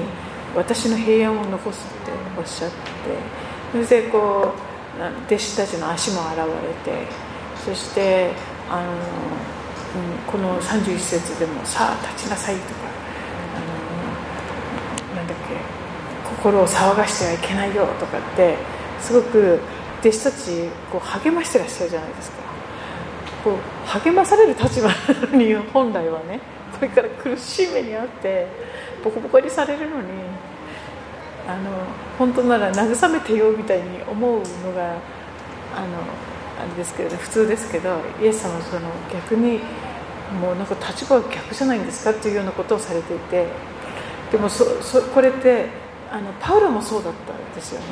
S2: 私の平安を残すっておっしゃってそしてこうな弟子たちの足も現れてそしてあの、うん、この31節でも「さあ立ちなさい」とかあのなんだっけ心を騒がしてはいけないよとかってすごく弟子たちこう励ましてらっしゃるじゃないですかこう励まされる立場なのに本来はねこれから苦しい目にあってボコボコにされるのにあの本当なら慰めてよみたいに思うのがあのあれですけど、ね、普通ですけどイエス様はその逆にもうなんか立場は逆じゃないんですかっていうようなことをされていてでもそそこれってあのパウロもそうだったんですよね。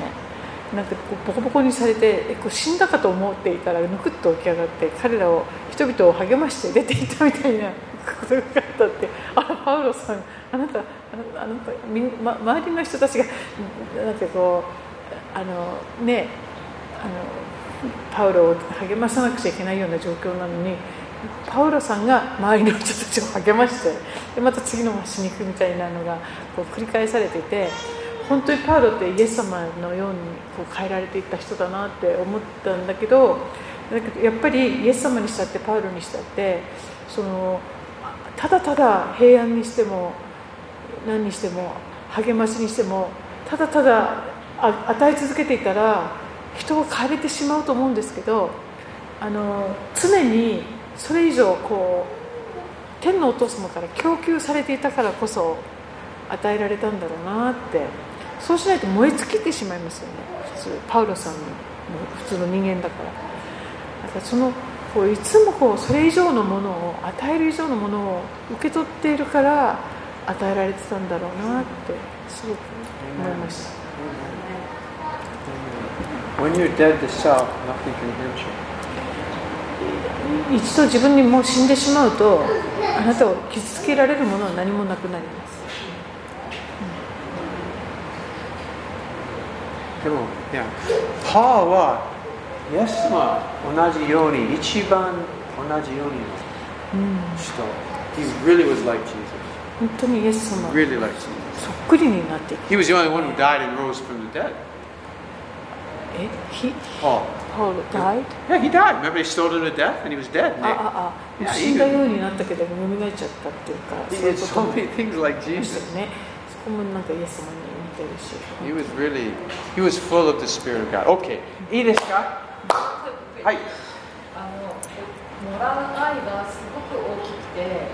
S2: なんかこうボコボコにされてえこう死んだかと思っていたらぬくっと起き上がって彼らを人々を励まして出ていったみたいなことがあったってあらパウロさんあなたあなあなたみん、ま、周りの人たちがなんかこうあのねあのパウロを励まさなくちゃいけないような状況なのにパウロさんが周りの人たちを励ましてでまた次のマシに行くみたいなのがこう繰り返されていて。本当にパウロってイエス様のようにこう変えられていった人だなって思ったんだけどだけどやっぱりイエス様にしたってパウロにしたってそのただただ平安にしても何にしても励ましにしてもただただあ与え続けていたら人は変えれてしまうと思うんですけどあの常にそれ以上こう天のお父様から供給されていたからこそ与えられたんだろうなってそうしないと燃え尽きてしまいますよね普通パウロさんも普通の人間だからだからそのこういつもこうそれ以上のものを与える以上のものを受け取っているから与えられてたんだろうなってすごく思いました
S1: When you're dead to self, nothing can hurt you.
S2: 一度自分にもう死んでしまうとあなたを傷つけられるものは何もなくなります
S1: Come on, yeah. Paul は、イエス様同じように、一番同じようにの人。He really was like Jesus.
S2: 本当にイエス様
S1: Really like Jesus.
S2: そっくりになっていく
S1: He was the only one who died and rose from the dead.
S2: え he,
S1: Paul.
S2: Paul died?
S1: Yeah, he died. Uh, Remember, they stoned him to death and he was dead.
S2: あああ
S1: Yeah,
S2: 死んだようになったけど蘇っちゃったっていうか
S1: He
S2: そういう
S1: did so
S2: こと
S1: many
S2: も
S1: things like
S2: ありました
S1: Jesus.
S2: よねそこもなんかイエス様に似てるし
S1: He was really, he was full of the Spirit of God. Okay. いいですかはい。
S3: あのモラル愛がすごく大きくて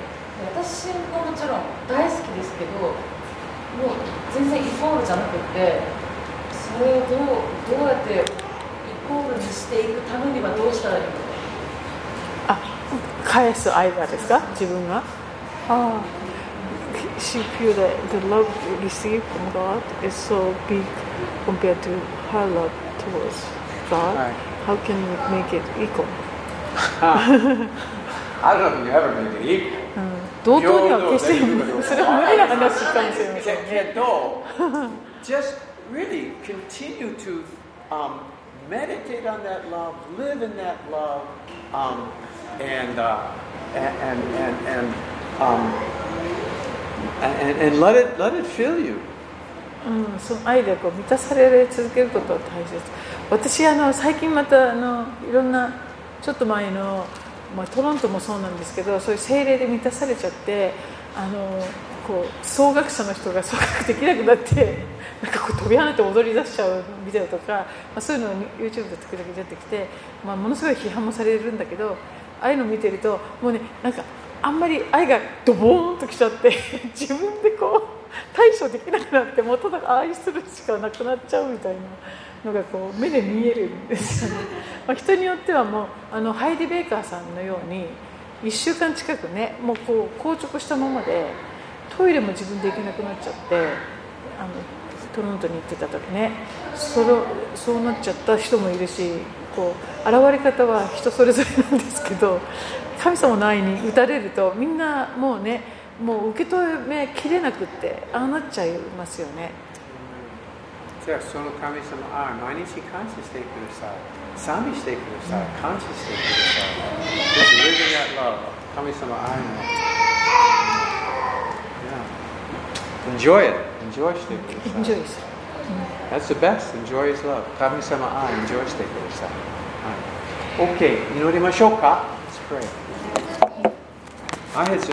S3: 私ももちろん大好きですけどもう全然イコールじゃなくってそれをどうどうやってイコールにしていくためにはどうしたらいいのか
S2: あ返す愛がですか自分がああ She feel that the love received from God is so big compared to her love towards God.
S1: Right.
S2: How can we make it equal?
S1: I don't know if you ever made it equal.
S2: うん同等には決し
S1: 平
S2: て
S1: 等だよ
S2: それは無理な話かもしれません
S1: Get- get dull. <laughs> Just really continue to um, meditate on that love, live in that love, um, and, uh, and and and and um, and, and let it let it fill you.
S2: うん、その愛でこう満たされ続けることは大切私あの最近またあのいろんなちょっと前の、まあ、トロントもそうなんですけどそういう精霊で満たされちゃってあのこう総学者の人が総学できなくなって <laughs> なんかこう飛び跳ねて踊り出しちゃうビデオとか、まあ、そういうのを YouTube で時々出てきて、まあ、ものすごい批判もされるんだけどああいうの見てるともうねなんかあんまり愛がドボーンときちゃって <laughs> 自分でこう対処できなくなってもうただ愛するしかなくなっちゃうみたいなのがこう目で見えるんですよね、まあ、人によってはもうあのハイディ・ベーカーさんのように1週間近くねもうこう硬直したままでトイレも自分で行けなくなっちゃってあのトロントに行ってた時ねそれそうなっちゃった人もいるしこう現れ方は人それぞれなんですけど <laughs> 神様の愛に打たれるとみんなもうねもう受け止めきれなくってああなっちゃいますよね。
S1: じゃあその神様愛毎日感謝してください賛美してください感謝してください Just live in that love 神様愛の yeah. Enjoy it enjoy
S2: エン
S1: し
S2: ジ
S1: てください
S2: ョイす
S1: That's the
S2: る
S1: best enjoy his love 神様愛 enjoy してくださいはい OK 祈りましょうか Let's pray I had some